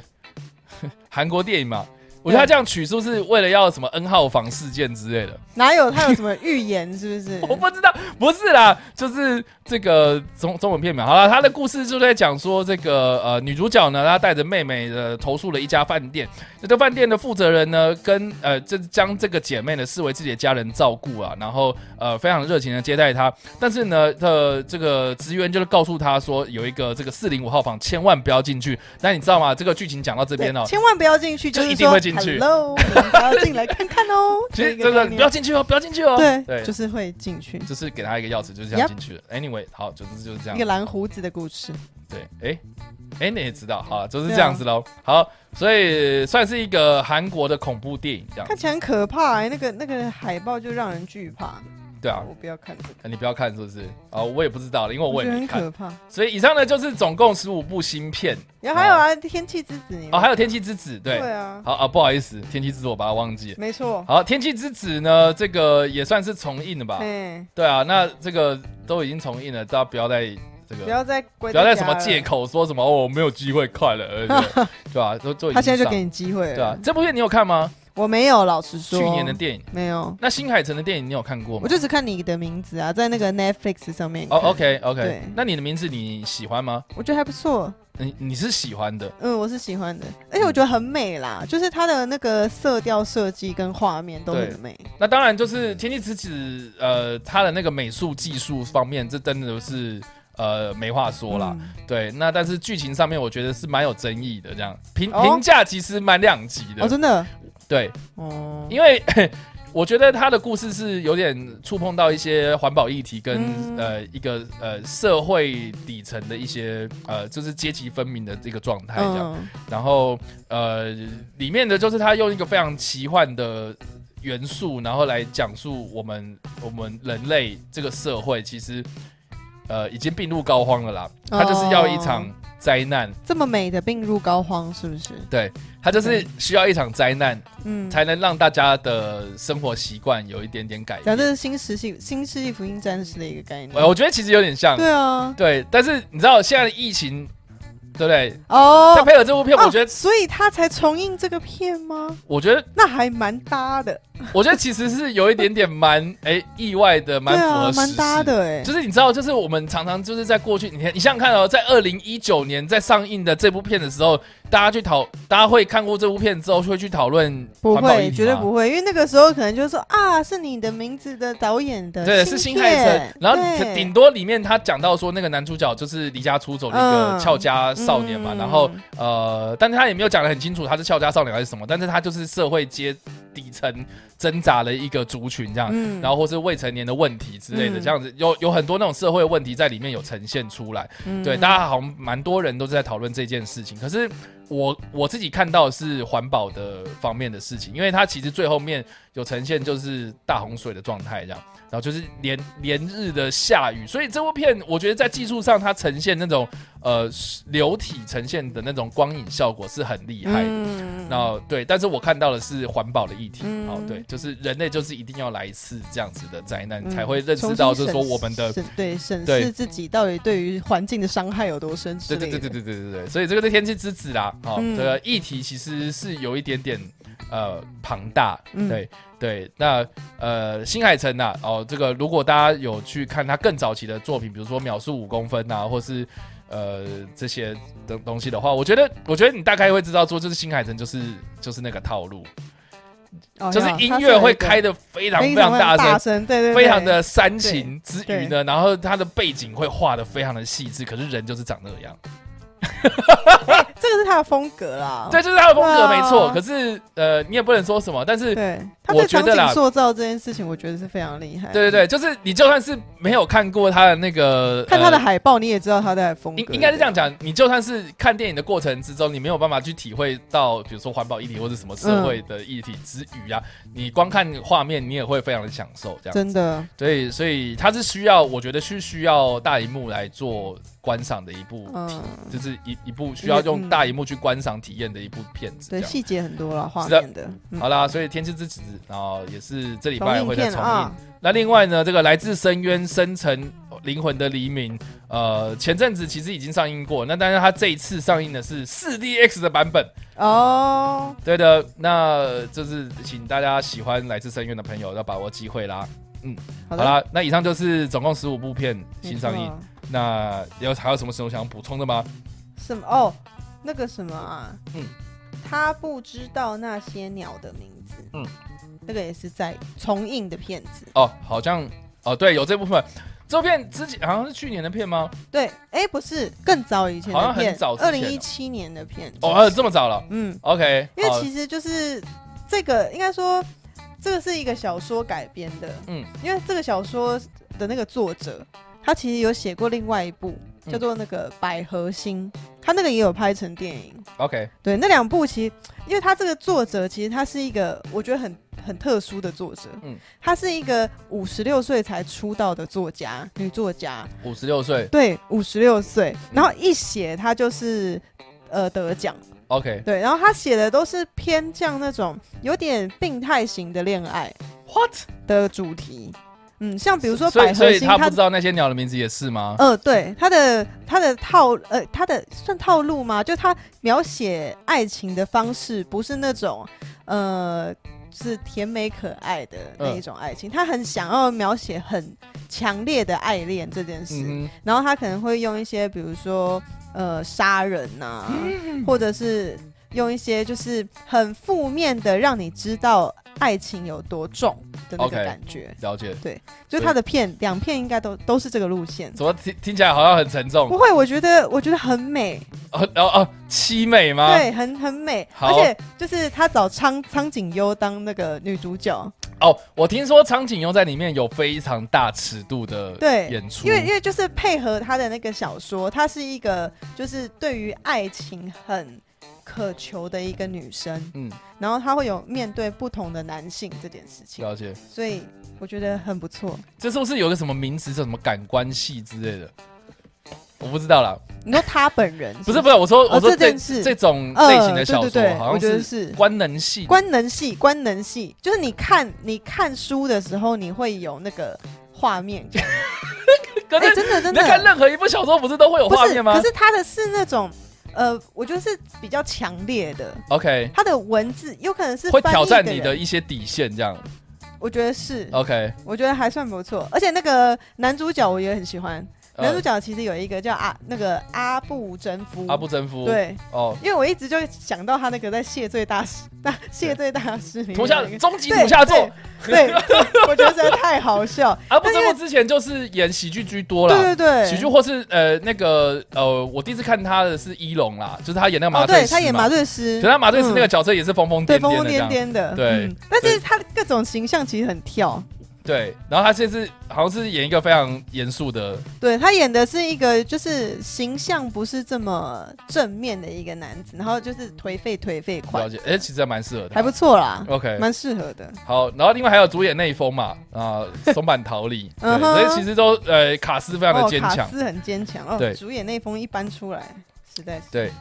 Speaker 1: 韩国电影嘛，我觉得他这样取是不是为了要什么 N 号房事件之类的？
Speaker 2: 哪有它有什么 预言？是不是？
Speaker 1: 我不知道，不是啦，就是这个中中文片名。好了，他的故事就在讲说，这个呃女主角呢，她带着妹妹呃投诉了一家饭店，那这饭店的负责人呢，跟呃这将这个姐妹呢视为自己的家人照顾啊，然后呃非常热情的接待她，但是呢，呃这个职员就是告诉她说，有一个这个四零五号房千万不要进去。那你知道吗？这个剧情讲到这
Speaker 2: 对
Speaker 1: 边哦。
Speaker 2: 千万不要进去，
Speaker 1: 就是一定
Speaker 2: 说
Speaker 1: 会进去
Speaker 2: Hello，你们不要进来看看哦。
Speaker 1: 其实
Speaker 2: 这个
Speaker 1: 真的，
Speaker 2: 概
Speaker 1: 你
Speaker 2: 念
Speaker 1: 不要进去哦，不要进去哦。
Speaker 2: 对，
Speaker 1: 对，
Speaker 2: 就是会进去。
Speaker 1: 就是给她一个钥匙，就是这样
Speaker 2: Yep
Speaker 1: 进去了。Anyway，好，就是就是这样
Speaker 2: 一个。蓝胡子的故事，
Speaker 1: 对，哎、哎、你也知道，好，就是
Speaker 2: 啊
Speaker 1: 这样子喽。好，所以算是一个韩国的恐怖电影这样
Speaker 2: 看。起来很可怕、欸。那个那个海报就让人惧怕。
Speaker 1: 对啊，
Speaker 2: 我不要看这个，
Speaker 1: 你不要看是不是？啊，我也不知道了，因为
Speaker 2: 我
Speaker 1: 我
Speaker 2: 觉
Speaker 1: 也没
Speaker 2: 得很
Speaker 1: 看。
Speaker 2: 可怕。
Speaker 1: 所以以上呢就是总共十五部新片
Speaker 2: 然后还有啊，天气之子，你
Speaker 1: 哦，还有《天气之子》对。
Speaker 2: 对啊，
Speaker 1: 好啊，不好意思，《天气之子》我把它忘记了。
Speaker 2: 没错。
Speaker 1: 好，《天气之子》呢，这个也算是重映了吧？
Speaker 2: 哎，
Speaker 1: 对啊，那这个都已经重映了，大家不要再这
Speaker 2: 不
Speaker 1: 个。
Speaker 2: 要再不
Speaker 1: 不要再什么借。口说什么哦，我没有机会看了，呃对对 吧？都都已经
Speaker 2: 他现在就
Speaker 1: 上
Speaker 2: 给你机会
Speaker 1: 对啊
Speaker 2: 了。，
Speaker 1: 这部片你有看吗？
Speaker 2: 我没有，老实说，
Speaker 1: 去年的电影。
Speaker 2: 没有，
Speaker 1: 那新海诚的电影你有看过吗
Speaker 2: 我？就只看你的名字啊，在那个 Netflix 上面。
Speaker 1: 哦、o k OK，
Speaker 2: 对
Speaker 1: 那你的名字你喜欢吗？
Speaker 2: 我觉得还不错。
Speaker 1: 你你是喜欢的，
Speaker 2: 嗯，我是喜欢的，而且我觉得很美
Speaker 1: 嗯
Speaker 2: 啦，就是它的那个色调设计跟画面都
Speaker 1: 对
Speaker 2: 很美。
Speaker 1: 那当然就是《天气之子》呃，它的那个美术技术方面，这真的是呃没话说啦。
Speaker 2: 嗯
Speaker 1: 对，那但是剧情上面我觉得是蛮有争议的，这样评
Speaker 2: 哦
Speaker 1: 评价其实蛮两极的。
Speaker 2: 哦，真的，
Speaker 1: 对，
Speaker 2: 哦，
Speaker 1: 因为 我觉得他的故事是有点触碰到一些环保议题跟、
Speaker 2: 嗯
Speaker 1: 呃一个呃社会底层的一些呃就是阶级分明的这个状态这样。
Speaker 2: 嗯，
Speaker 1: 然后呃，里面的就是他用一个非常奇幻的元素，然后来讲述我们我们人类这个社会其实呃已经病入膏肓了啦，他就是要一场
Speaker 2: 哦
Speaker 1: 灾难，
Speaker 2: 这么美的病入膏肓，是不是？
Speaker 1: 对他就是需要一场灾难，
Speaker 2: 嗯，
Speaker 1: 才能让大家的生活习惯有一点点改
Speaker 2: 讲
Speaker 1: 变
Speaker 2: 这。是新世纪新世纪福音战士的一个概念。
Speaker 1: 呃，我觉得其实有点像，
Speaker 2: 对啊，
Speaker 1: 对，但是你知道现在的疫情，对不对？再
Speaker 2: 哦，
Speaker 1: 配合这部片，我觉
Speaker 2: 哦
Speaker 1: 得，
Speaker 2: 所以他才重映这个片吗？
Speaker 1: 我觉得
Speaker 2: 那还蛮搭的，
Speaker 1: 我觉得其实是有一点点蛮哎、意外的，蛮
Speaker 2: 对
Speaker 1: 符合
Speaker 2: 啊，
Speaker 1: 时
Speaker 2: 蛮
Speaker 1: 事
Speaker 2: 搭。的哎
Speaker 1: 就。是你知道，就是我们常常就是在过去，你看，你想想看哦，在二零一九年在上映的这部片的时候，大家去讨，大家会看过这部片之后会去讨论
Speaker 2: 不
Speaker 1: 环保议
Speaker 2: 会，
Speaker 1: 题
Speaker 2: 绝对
Speaker 1: 吗
Speaker 2: 不会，因为那个时候可能就说啊，是你的名字的导演的，
Speaker 1: 对，是新海诚
Speaker 2: 片。
Speaker 1: 然后
Speaker 2: 对
Speaker 1: 顶多里面他讲到说，那个男主角就是离家出走的一个
Speaker 2: 嗯
Speaker 1: 俏家少年嘛，
Speaker 2: 嗯
Speaker 1: 然后呃，但是他也没有讲得很清楚他是俏家少年还是什么，但是他就是社会阶底层挣扎的一个族群这样。
Speaker 2: 嗯
Speaker 1: 啊然后或是未成年的问题之类的，
Speaker 2: 嗯
Speaker 1: 这样子有有很多那种社会问题在里面有呈现出来。对，大
Speaker 2: 家
Speaker 1: 家好像蛮多人都是在讨论这件事情。可是我我自己看到的是环保的方面的事情，因为它其实最后面有呈现就是大洪水的状态这样，然后就是连连日的下雨，所以这部片我觉得在技术上它呈现那种呃流体呈现的那种光影效果是很厉害的。
Speaker 2: 嗯
Speaker 1: 那对，但是我看到的是环保的议题，
Speaker 2: 嗯
Speaker 1: 哦，对，就是人类就是一定要来一次这样子的灾难，
Speaker 2: 嗯
Speaker 1: 才会认识
Speaker 2: 重
Speaker 1: 到，
Speaker 2: 新
Speaker 1: 就是说
Speaker 2: 审
Speaker 1: 我们的
Speaker 2: 视对审
Speaker 1: 对
Speaker 2: 视自己到底对于环境的伤害有多深之
Speaker 1: 对
Speaker 2: 类
Speaker 1: 对
Speaker 2: 的。
Speaker 1: 对对对对对对，所以这个是天气之子啦，哦，
Speaker 2: 嗯
Speaker 1: 这个议题其实是有一点点呃庞大，
Speaker 2: 嗯
Speaker 1: 对对，那呃新海诚呐、哦，这个如果大家有去看他更早期的作品，比如说秒速五公分呐、或是呃这些的东西的话，我觉得我觉得你大概会知道说，就是新海诚就是就是那个套路，
Speaker 2: 哦
Speaker 1: 就是
Speaker 2: 要
Speaker 1: 音
Speaker 2: 它是有
Speaker 1: 乐
Speaker 2: 一
Speaker 1: 会
Speaker 2: 个
Speaker 1: 开的非常非
Speaker 2: 非
Speaker 1: 常大声
Speaker 2: 大。声，对对，对
Speaker 1: 非常的煽
Speaker 2: 哦
Speaker 1: 情之余呢，然后他的背景会画的非常的细致，可是人就是长那样。
Speaker 2: 这个是他的风格啦。
Speaker 1: 对，这是他的风格，
Speaker 2: 对啊
Speaker 1: 没错。可是呃，你也不能说什么，但是。
Speaker 2: 对，他
Speaker 1: 我
Speaker 2: 对
Speaker 1: 觉
Speaker 2: 场
Speaker 1: 得啦
Speaker 2: 景塑造这件事情，我觉得是非常厉害。
Speaker 1: 对对对，就是你就算是没有看过他的那个，
Speaker 2: 看他
Speaker 1: 呃
Speaker 2: 的海报，你也知道他的风格。
Speaker 1: 应应该是这样讲，你就算是看电影的过程之中，你没有办法去体会到，比如说环保议题或者什么
Speaker 2: 嗯
Speaker 1: 社会的议题之余啊，你光看画面，你也会非常的享受这
Speaker 2: 对，
Speaker 1: 样。
Speaker 2: 真的，
Speaker 1: 对，所以它是需要，我觉得是需要大荧幕来做观赏的一部，
Speaker 2: 嗯，
Speaker 1: 就是一一部需要用
Speaker 2: 嗯
Speaker 1: 大荧幕去观赏体验的一部片子。这
Speaker 2: 对，
Speaker 1: 样。
Speaker 2: 细节很多了，画
Speaker 1: 是的
Speaker 2: 面的。嗯
Speaker 1: 好啦，所以《天气之子》然后也是这礼
Speaker 2: 重
Speaker 1: 拜
Speaker 2: 映
Speaker 1: 会再
Speaker 2: 片
Speaker 1: 重映
Speaker 2: 啊。，
Speaker 1: 那另外呢，这个来自深渊、深沉灵魂的黎明，呃，前阵子其实已经上映过，那但是它这一次上映的是 4DX 的版本，
Speaker 2: 哦，
Speaker 1: 对的，那就是请大家喜欢来自深渊的朋友要把握机会啦。好
Speaker 2: 好的，
Speaker 1: 啦，那以上就是总共十五部片
Speaker 2: 没
Speaker 1: 新上映
Speaker 2: 错，。
Speaker 1: 那有还有什么什么想补充的吗？
Speaker 2: 什么？哦，那个什么啊，
Speaker 1: 嗯
Speaker 2: 他不知道那些鸟的名字，
Speaker 1: 嗯，
Speaker 2: 那个也是在重映的片子，
Speaker 1: 哦，好像哦，对，有这部分。这部片之前好像是去年的片吗？
Speaker 2: 对，哎、不是，更早以前
Speaker 1: 好
Speaker 2: 的
Speaker 1: 像很
Speaker 2: 片，
Speaker 1: 早之
Speaker 2: 二
Speaker 1: 前
Speaker 2: 零一
Speaker 1: 了
Speaker 2: 七年的片，
Speaker 1: 哦，啊这么早了
Speaker 2: 嗯，
Speaker 1: ？OK，
Speaker 2: 因为
Speaker 1: 好
Speaker 2: 其实就是这个，应该说这个是一个小说改编的，
Speaker 1: 嗯
Speaker 2: 嗯，因为这个小说的那个作者，他其实有写过另外一部
Speaker 1: 嗯
Speaker 2: 叫做那个《百合星》，他那个也有拍成电影，
Speaker 1: OK，
Speaker 2: 对，那两部其实，因为他这个作者其实他是一个我觉得很很特殊的作者，
Speaker 1: 嗯
Speaker 2: 嗯，他是一个五十六岁才出道的作家，女作家，
Speaker 1: 五十六岁
Speaker 2: 对，五十六岁，然后一写她就是呃得奖，
Speaker 1: ，OK，
Speaker 2: 对，然后她写的都是偏向那种有点病态型的恋爱
Speaker 1: What？
Speaker 2: 的主题，嗯，像比如说
Speaker 1: 所
Speaker 2: 百
Speaker 1: 以所
Speaker 2: 合
Speaker 1: 以
Speaker 2: 星，
Speaker 1: 他不
Speaker 2: 她
Speaker 1: 知道那些鸟的名字也是吗？
Speaker 2: 呃，对，他的他的套呃，他的算套路吗？就他描写爱情的方式不是那种呃，就是甜美可爱的
Speaker 1: 嗯
Speaker 2: 那一种爱情，他很想要描写很强烈的爱恋这件事，
Speaker 1: 嗯
Speaker 2: 然后他可能会用一些比如说呃杀人呐、
Speaker 1: 嗯
Speaker 2: 或者是用一些就是很负面的，让你知道爱情有多重的那个
Speaker 1: OK
Speaker 2: 感觉。
Speaker 1: 哼，了解。
Speaker 2: 就他的片两片应该都都是这个路线。
Speaker 1: 怎么听听起来好像很沉重
Speaker 2: 不？会，我觉得我觉得很美，
Speaker 1: 哦哦哦，凄美吗？
Speaker 2: 对，很很美，
Speaker 1: 好
Speaker 2: 而且就是他找苍苍井优当那个女主角，
Speaker 1: 哦，我听说苍井优在里面有非常大尺度的
Speaker 2: 对
Speaker 1: 演出，
Speaker 2: 因为因为就是配合他的那个小说，她是一个就是对于爱情很渴求的一个女生，
Speaker 1: 嗯，
Speaker 2: 然后她会有面对不同的男性这件事情，
Speaker 1: 了解。
Speaker 2: 所以我觉得很不错。
Speaker 1: 这是不是有个什么名词，叫什么感官系之类的？我不知道啦，
Speaker 2: 你说她本人
Speaker 1: 不是不是，我说
Speaker 2: 哦
Speaker 1: 我说
Speaker 2: 这
Speaker 1: 这
Speaker 2: 件事
Speaker 1: 这种
Speaker 2: 呃
Speaker 1: 类型的小
Speaker 2: 对
Speaker 1: 说
Speaker 2: 对对，
Speaker 1: 好
Speaker 2: 我觉
Speaker 1: 像
Speaker 2: 得
Speaker 1: 是
Speaker 2: 是
Speaker 1: 官能系，
Speaker 2: 官能系，官能系就是你看你看书的时候，你会有那个 画面感，
Speaker 1: 可
Speaker 2: 哎、
Speaker 1: 是
Speaker 2: 真的真
Speaker 1: 你
Speaker 2: 的
Speaker 1: 在看任何一部小说，不是都会有
Speaker 2: 不
Speaker 1: 画
Speaker 2: 是，
Speaker 1: 面吗
Speaker 2: 可是他的是那种，呃，我觉得是比较强烈的，
Speaker 1: ？OK，
Speaker 2: 他的文字有可能是
Speaker 1: 会
Speaker 2: 翻译
Speaker 1: 挑战
Speaker 2: 的
Speaker 1: 你哦
Speaker 2: 人
Speaker 1: 的，一些底线，这样
Speaker 2: 我觉得是，
Speaker 1: OK。
Speaker 2: 我觉得还算不错。而且那个男主角我也很喜欢，男主
Speaker 1: 呃
Speaker 2: 角其实有一个叫阿那个阿布真夫，
Speaker 1: 阿布真夫，
Speaker 2: 对。
Speaker 1: 哦，
Speaker 2: 因为我一直就想到他那个在谢罪大师大谢罪大师里面
Speaker 1: 土下
Speaker 2: 那个
Speaker 1: 终极
Speaker 2: 对
Speaker 1: 土下座，
Speaker 2: 对，对我觉得实在太好笑。
Speaker 1: 阿布真夫之前就是演喜剧居多啦，
Speaker 2: 对对对，
Speaker 1: 喜剧或是呃那个呃，我第一次看他的是一龙啦，就是他演那个麻
Speaker 2: 哦，
Speaker 1: 醉
Speaker 2: 对
Speaker 1: 师、
Speaker 2: 他演麻，醉
Speaker 1: 可
Speaker 2: 师，
Speaker 1: 是他麻醉师那个
Speaker 2: 嗯
Speaker 1: 角色也是疯疯癫
Speaker 2: 对
Speaker 1: 癫
Speaker 2: 疯疯
Speaker 1: 的这
Speaker 2: 癫
Speaker 1: 样，
Speaker 2: 癫的，
Speaker 1: 对
Speaker 2: 嗯但
Speaker 1: 对
Speaker 2: 是他各种形象其实很跳，
Speaker 1: 对。然后他这次好像是演一个非常严肃的，
Speaker 2: 对他演的是一个就是形象不是这么正面的一个男子，然后就是颓废颓废
Speaker 1: 了
Speaker 2: 款，
Speaker 1: 解，哎、其实还蛮适合的，
Speaker 2: 还不错啦，
Speaker 1: OK。
Speaker 2: 蛮适合的。
Speaker 1: 好，然后另外还有主演内丰嘛，啊、松坂桃李，对
Speaker 2: 嗯哼
Speaker 1: 所以其实都呃卡斯非常的
Speaker 2: 哦，
Speaker 1: 坚
Speaker 2: 卡
Speaker 1: 强，
Speaker 2: 斯很坚强
Speaker 1: 对
Speaker 2: 哦，主演那封一搬出来，实在是
Speaker 1: 对，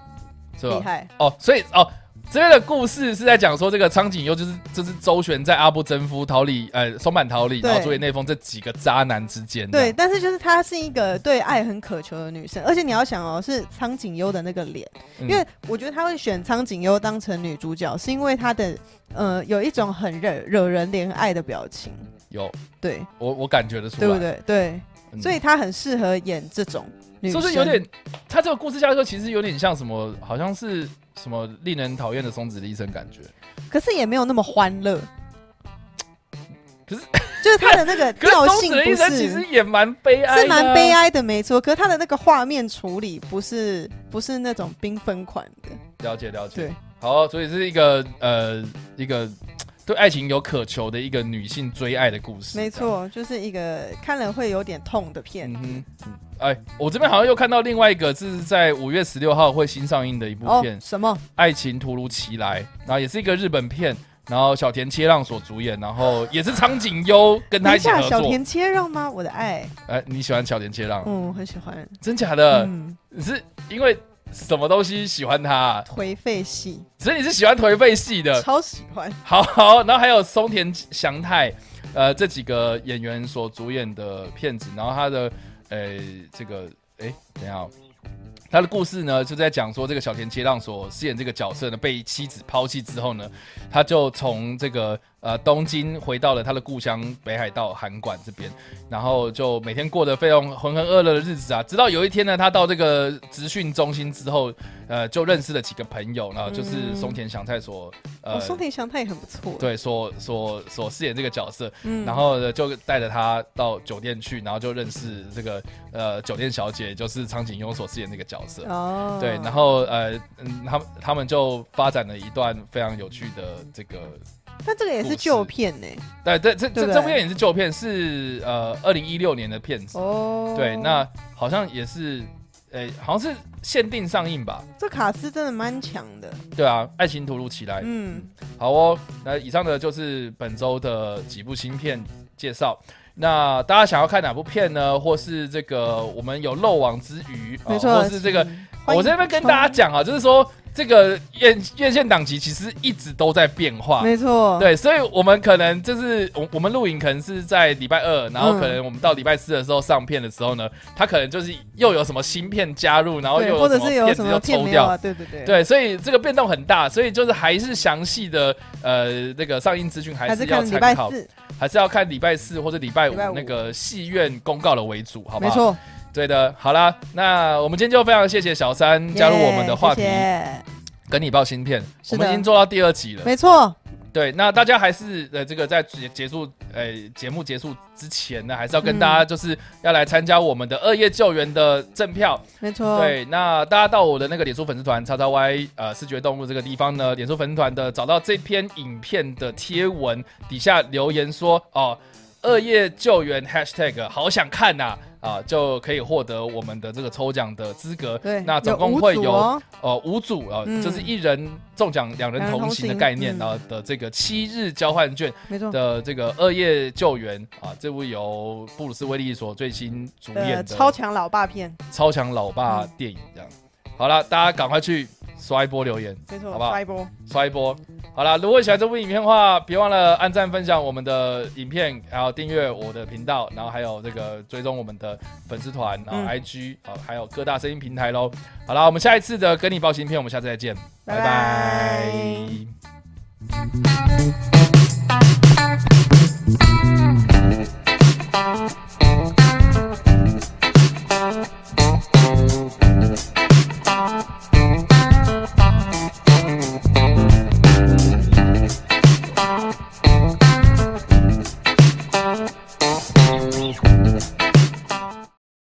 Speaker 1: 是吧
Speaker 2: 厉？害。
Speaker 1: 哦，所以哦，这边的故事是在讲说，这个苍井优就是就是周旋在阿布真夫、桃李、呃松坂桃李，
Speaker 2: 对
Speaker 1: 然后佐野内丰这几个渣男之间。
Speaker 2: 对，，但是就是她是一个对爱很渴求的女生，而且你要想哦，是苍井优的那个脸，
Speaker 1: 嗯
Speaker 2: 因为我觉得她会选苍井优当成女主角，是因为她的呃有一种很惹惹人怜爱的表情，
Speaker 1: 有
Speaker 2: 对
Speaker 1: 我我感嗯觉得出来，
Speaker 2: 对不对？对，
Speaker 1: 嗯
Speaker 2: 所以她很适合演这种女
Speaker 1: 是
Speaker 2: 生，
Speaker 1: 不是有点？他这个故事下去，其实有点像什么，好像是什么令人讨厌的松子的医生感觉。
Speaker 2: 可是也没有那么欢乐。
Speaker 1: 可是
Speaker 2: 就就是他的那 个
Speaker 1: 可是
Speaker 2: 调
Speaker 1: 松
Speaker 2: 性
Speaker 1: 子的一
Speaker 2: 不
Speaker 1: 生其
Speaker 2: 是
Speaker 1: 实也蛮悲哀的啊，
Speaker 2: 是蛮悲哀的，没错。可是他的那个画面处理不是不是那种缤纷款的，
Speaker 1: 了解了解
Speaker 2: 对。
Speaker 1: 好，所以是一个呃一个对爱情有渴求的一个女性追爱的故事，
Speaker 2: 没
Speaker 1: 这样。
Speaker 2: 错，就是一个看了会有点痛的片
Speaker 1: 嗯
Speaker 2: 子。
Speaker 1: 哼，嗯哎，我这边好像又看到另外一个，这是在五月十六号会新上映的一部
Speaker 2: 哦
Speaker 1: 片，，
Speaker 2: 什么？
Speaker 1: 爱情突如其来》，然后也是一个日本片，然后小田切让所主演，然后也是苍井优跟
Speaker 2: 等
Speaker 1: 他一
Speaker 2: 一
Speaker 1: 起
Speaker 2: 下，
Speaker 1: 合
Speaker 2: 小
Speaker 1: 作。
Speaker 2: 田切让吗？我的爱，
Speaker 1: 哎，你喜欢小田切让？
Speaker 2: 嗯，我很喜欢。
Speaker 1: 真假的？
Speaker 2: 嗯，
Speaker 1: 你是因为什么东西喜欢他啊、
Speaker 2: 颓废系，
Speaker 1: 所以你是喜欢颓废系的。
Speaker 2: 超喜欢。
Speaker 1: 好好，然后还有松田翔太，呃，这几个演员所主演的片子，然后他的，呃，这个，哎，等一下、哦，他的故事呢，就在讲说这个小田切让所饰演这个角色呢，被妻子抛弃之后呢，他就从这个呃东京回到了他的故乡北海道函馆这呃边，然后就每天过得非常浑浑噩噩的日子啊，直到有一天呢，他到这个职训中心之后，呃，就认识了几个朋友，然后就是
Speaker 2: 嗯
Speaker 1: 松田翔太所，呃，
Speaker 2: 哦，松田翔太也很不错。，
Speaker 1: 对，所所所饰演这个角色，
Speaker 2: 嗯
Speaker 1: 然后呢就带着他到酒店去，然后就认识这个呃酒店小姐，就是苍井优所饰演这个角色。
Speaker 2: 哦，
Speaker 1: 对，然后呃，嗯，他们他们就发展了一段非常有趣的这个，
Speaker 2: 但这个也
Speaker 1: 故
Speaker 2: 是
Speaker 1: 事
Speaker 2: 旧片呢。
Speaker 1: 对，这这
Speaker 2: 对
Speaker 1: 这
Speaker 2: 不
Speaker 1: 这部
Speaker 2: 对
Speaker 1: 电影是旧片，是呃二零一六年的片子，
Speaker 2: 哦，
Speaker 1: 对，那好像也是，诶，好像是限定上映吧，
Speaker 2: 这卡斯真的蛮强的。
Speaker 1: 对啊，爱情突如其来，
Speaker 2: 嗯，
Speaker 1: 好哦，那以上呢就是本周的几部新片介绍。那大家想要看哪部片呢？或是这个我们有漏网之鱼，啊
Speaker 2: 没错。
Speaker 1: 或是这个，
Speaker 2: 嗯，欢迎
Speaker 1: 我这边跟大家讲啊，就是说这个院院线档期其实一直都在变化。
Speaker 2: 没错，
Speaker 1: 啊对，所以我们可能就是我我们录影可能是在礼拜二，然后
Speaker 2: 嗯
Speaker 1: 可能我们到礼拜四的时候上片的时候呢，它可能就是又有什么新片加入，然后又
Speaker 2: 对，或者
Speaker 1: 什么
Speaker 2: 是有
Speaker 1: 片
Speaker 2: 什
Speaker 1: 子
Speaker 2: 么
Speaker 1: 又
Speaker 2: 片
Speaker 1: 抽
Speaker 2: 没有
Speaker 1: 掉，
Speaker 2: 啊？对对对，
Speaker 1: 对，所以这个变动很大，所以就是还是详细的呃那个上映资讯还
Speaker 2: 还
Speaker 1: 是
Speaker 2: 是
Speaker 1: 要
Speaker 2: 看礼
Speaker 1: 参
Speaker 2: 拜
Speaker 1: 考，
Speaker 2: 四，
Speaker 1: 还是要看礼拜四或者礼拜五
Speaker 2: 礼拜五
Speaker 1: 那个戏院公告的为主，好不
Speaker 2: 没
Speaker 1: 好？
Speaker 2: 错，
Speaker 1: 对的，好啦，那我们今天就非常谢谢小三加入我们的话题，
Speaker 2: 耶谢
Speaker 1: 跟你报芯片，
Speaker 2: 是
Speaker 1: 我
Speaker 2: 的
Speaker 1: 们已经做到第二集了
Speaker 2: 谢。没错，
Speaker 1: 对，那大家还是呃，这个在结结束呃节目结束之前呢，还是要
Speaker 2: 嗯
Speaker 1: 跟大家就是要来参加我们的二夜救援的赠票。
Speaker 2: 没错，
Speaker 1: 对，那大家到我的那个脸书粉丝团叉叉 Y 呃视觉动物这个地方呢，脸书粉丝团的找到这篇影片的贴文底下留言说哦，恶夜救援 #hashtag 好想看呐啊、就可以获得我们的这个抽奖的资格。
Speaker 2: 对，
Speaker 1: 那总
Speaker 2: 有
Speaker 1: 共
Speaker 2: 五
Speaker 1: 会
Speaker 2: 组
Speaker 1: 有
Speaker 2: 哦
Speaker 1: 呃五组呃，
Speaker 2: 嗯
Speaker 1: 就是一人中奖两人
Speaker 2: 两人
Speaker 1: 同
Speaker 2: 同
Speaker 1: 行的
Speaker 2: 行
Speaker 1: 概念，
Speaker 2: 嗯
Speaker 1: 然后的这个七日交换券
Speaker 2: 没错
Speaker 1: 的这个恶夜救援啊，这部由布鲁斯威利所最新主演的
Speaker 2: 的超强老爸片，
Speaker 1: 超强老爸电影这样。好了，大家赶快去刷一波留言，
Speaker 2: 没错，
Speaker 1: 好不好
Speaker 2: 刷一波，
Speaker 1: 刷一波。好了，如果喜欢这部影片的话，别忘了按赞、分享我们的影片，然后订阅我的频道，然后还有这个追踪我们的粉丝团，然后
Speaker 2: 嗯
Speaker 1: IG 啊、还有各大声音平台喽。好了，我们下一次的跟你报新片，我们下次再见，拜
Speaker 2: 拜
Speaker 1: 拜
Speaker 2: 拜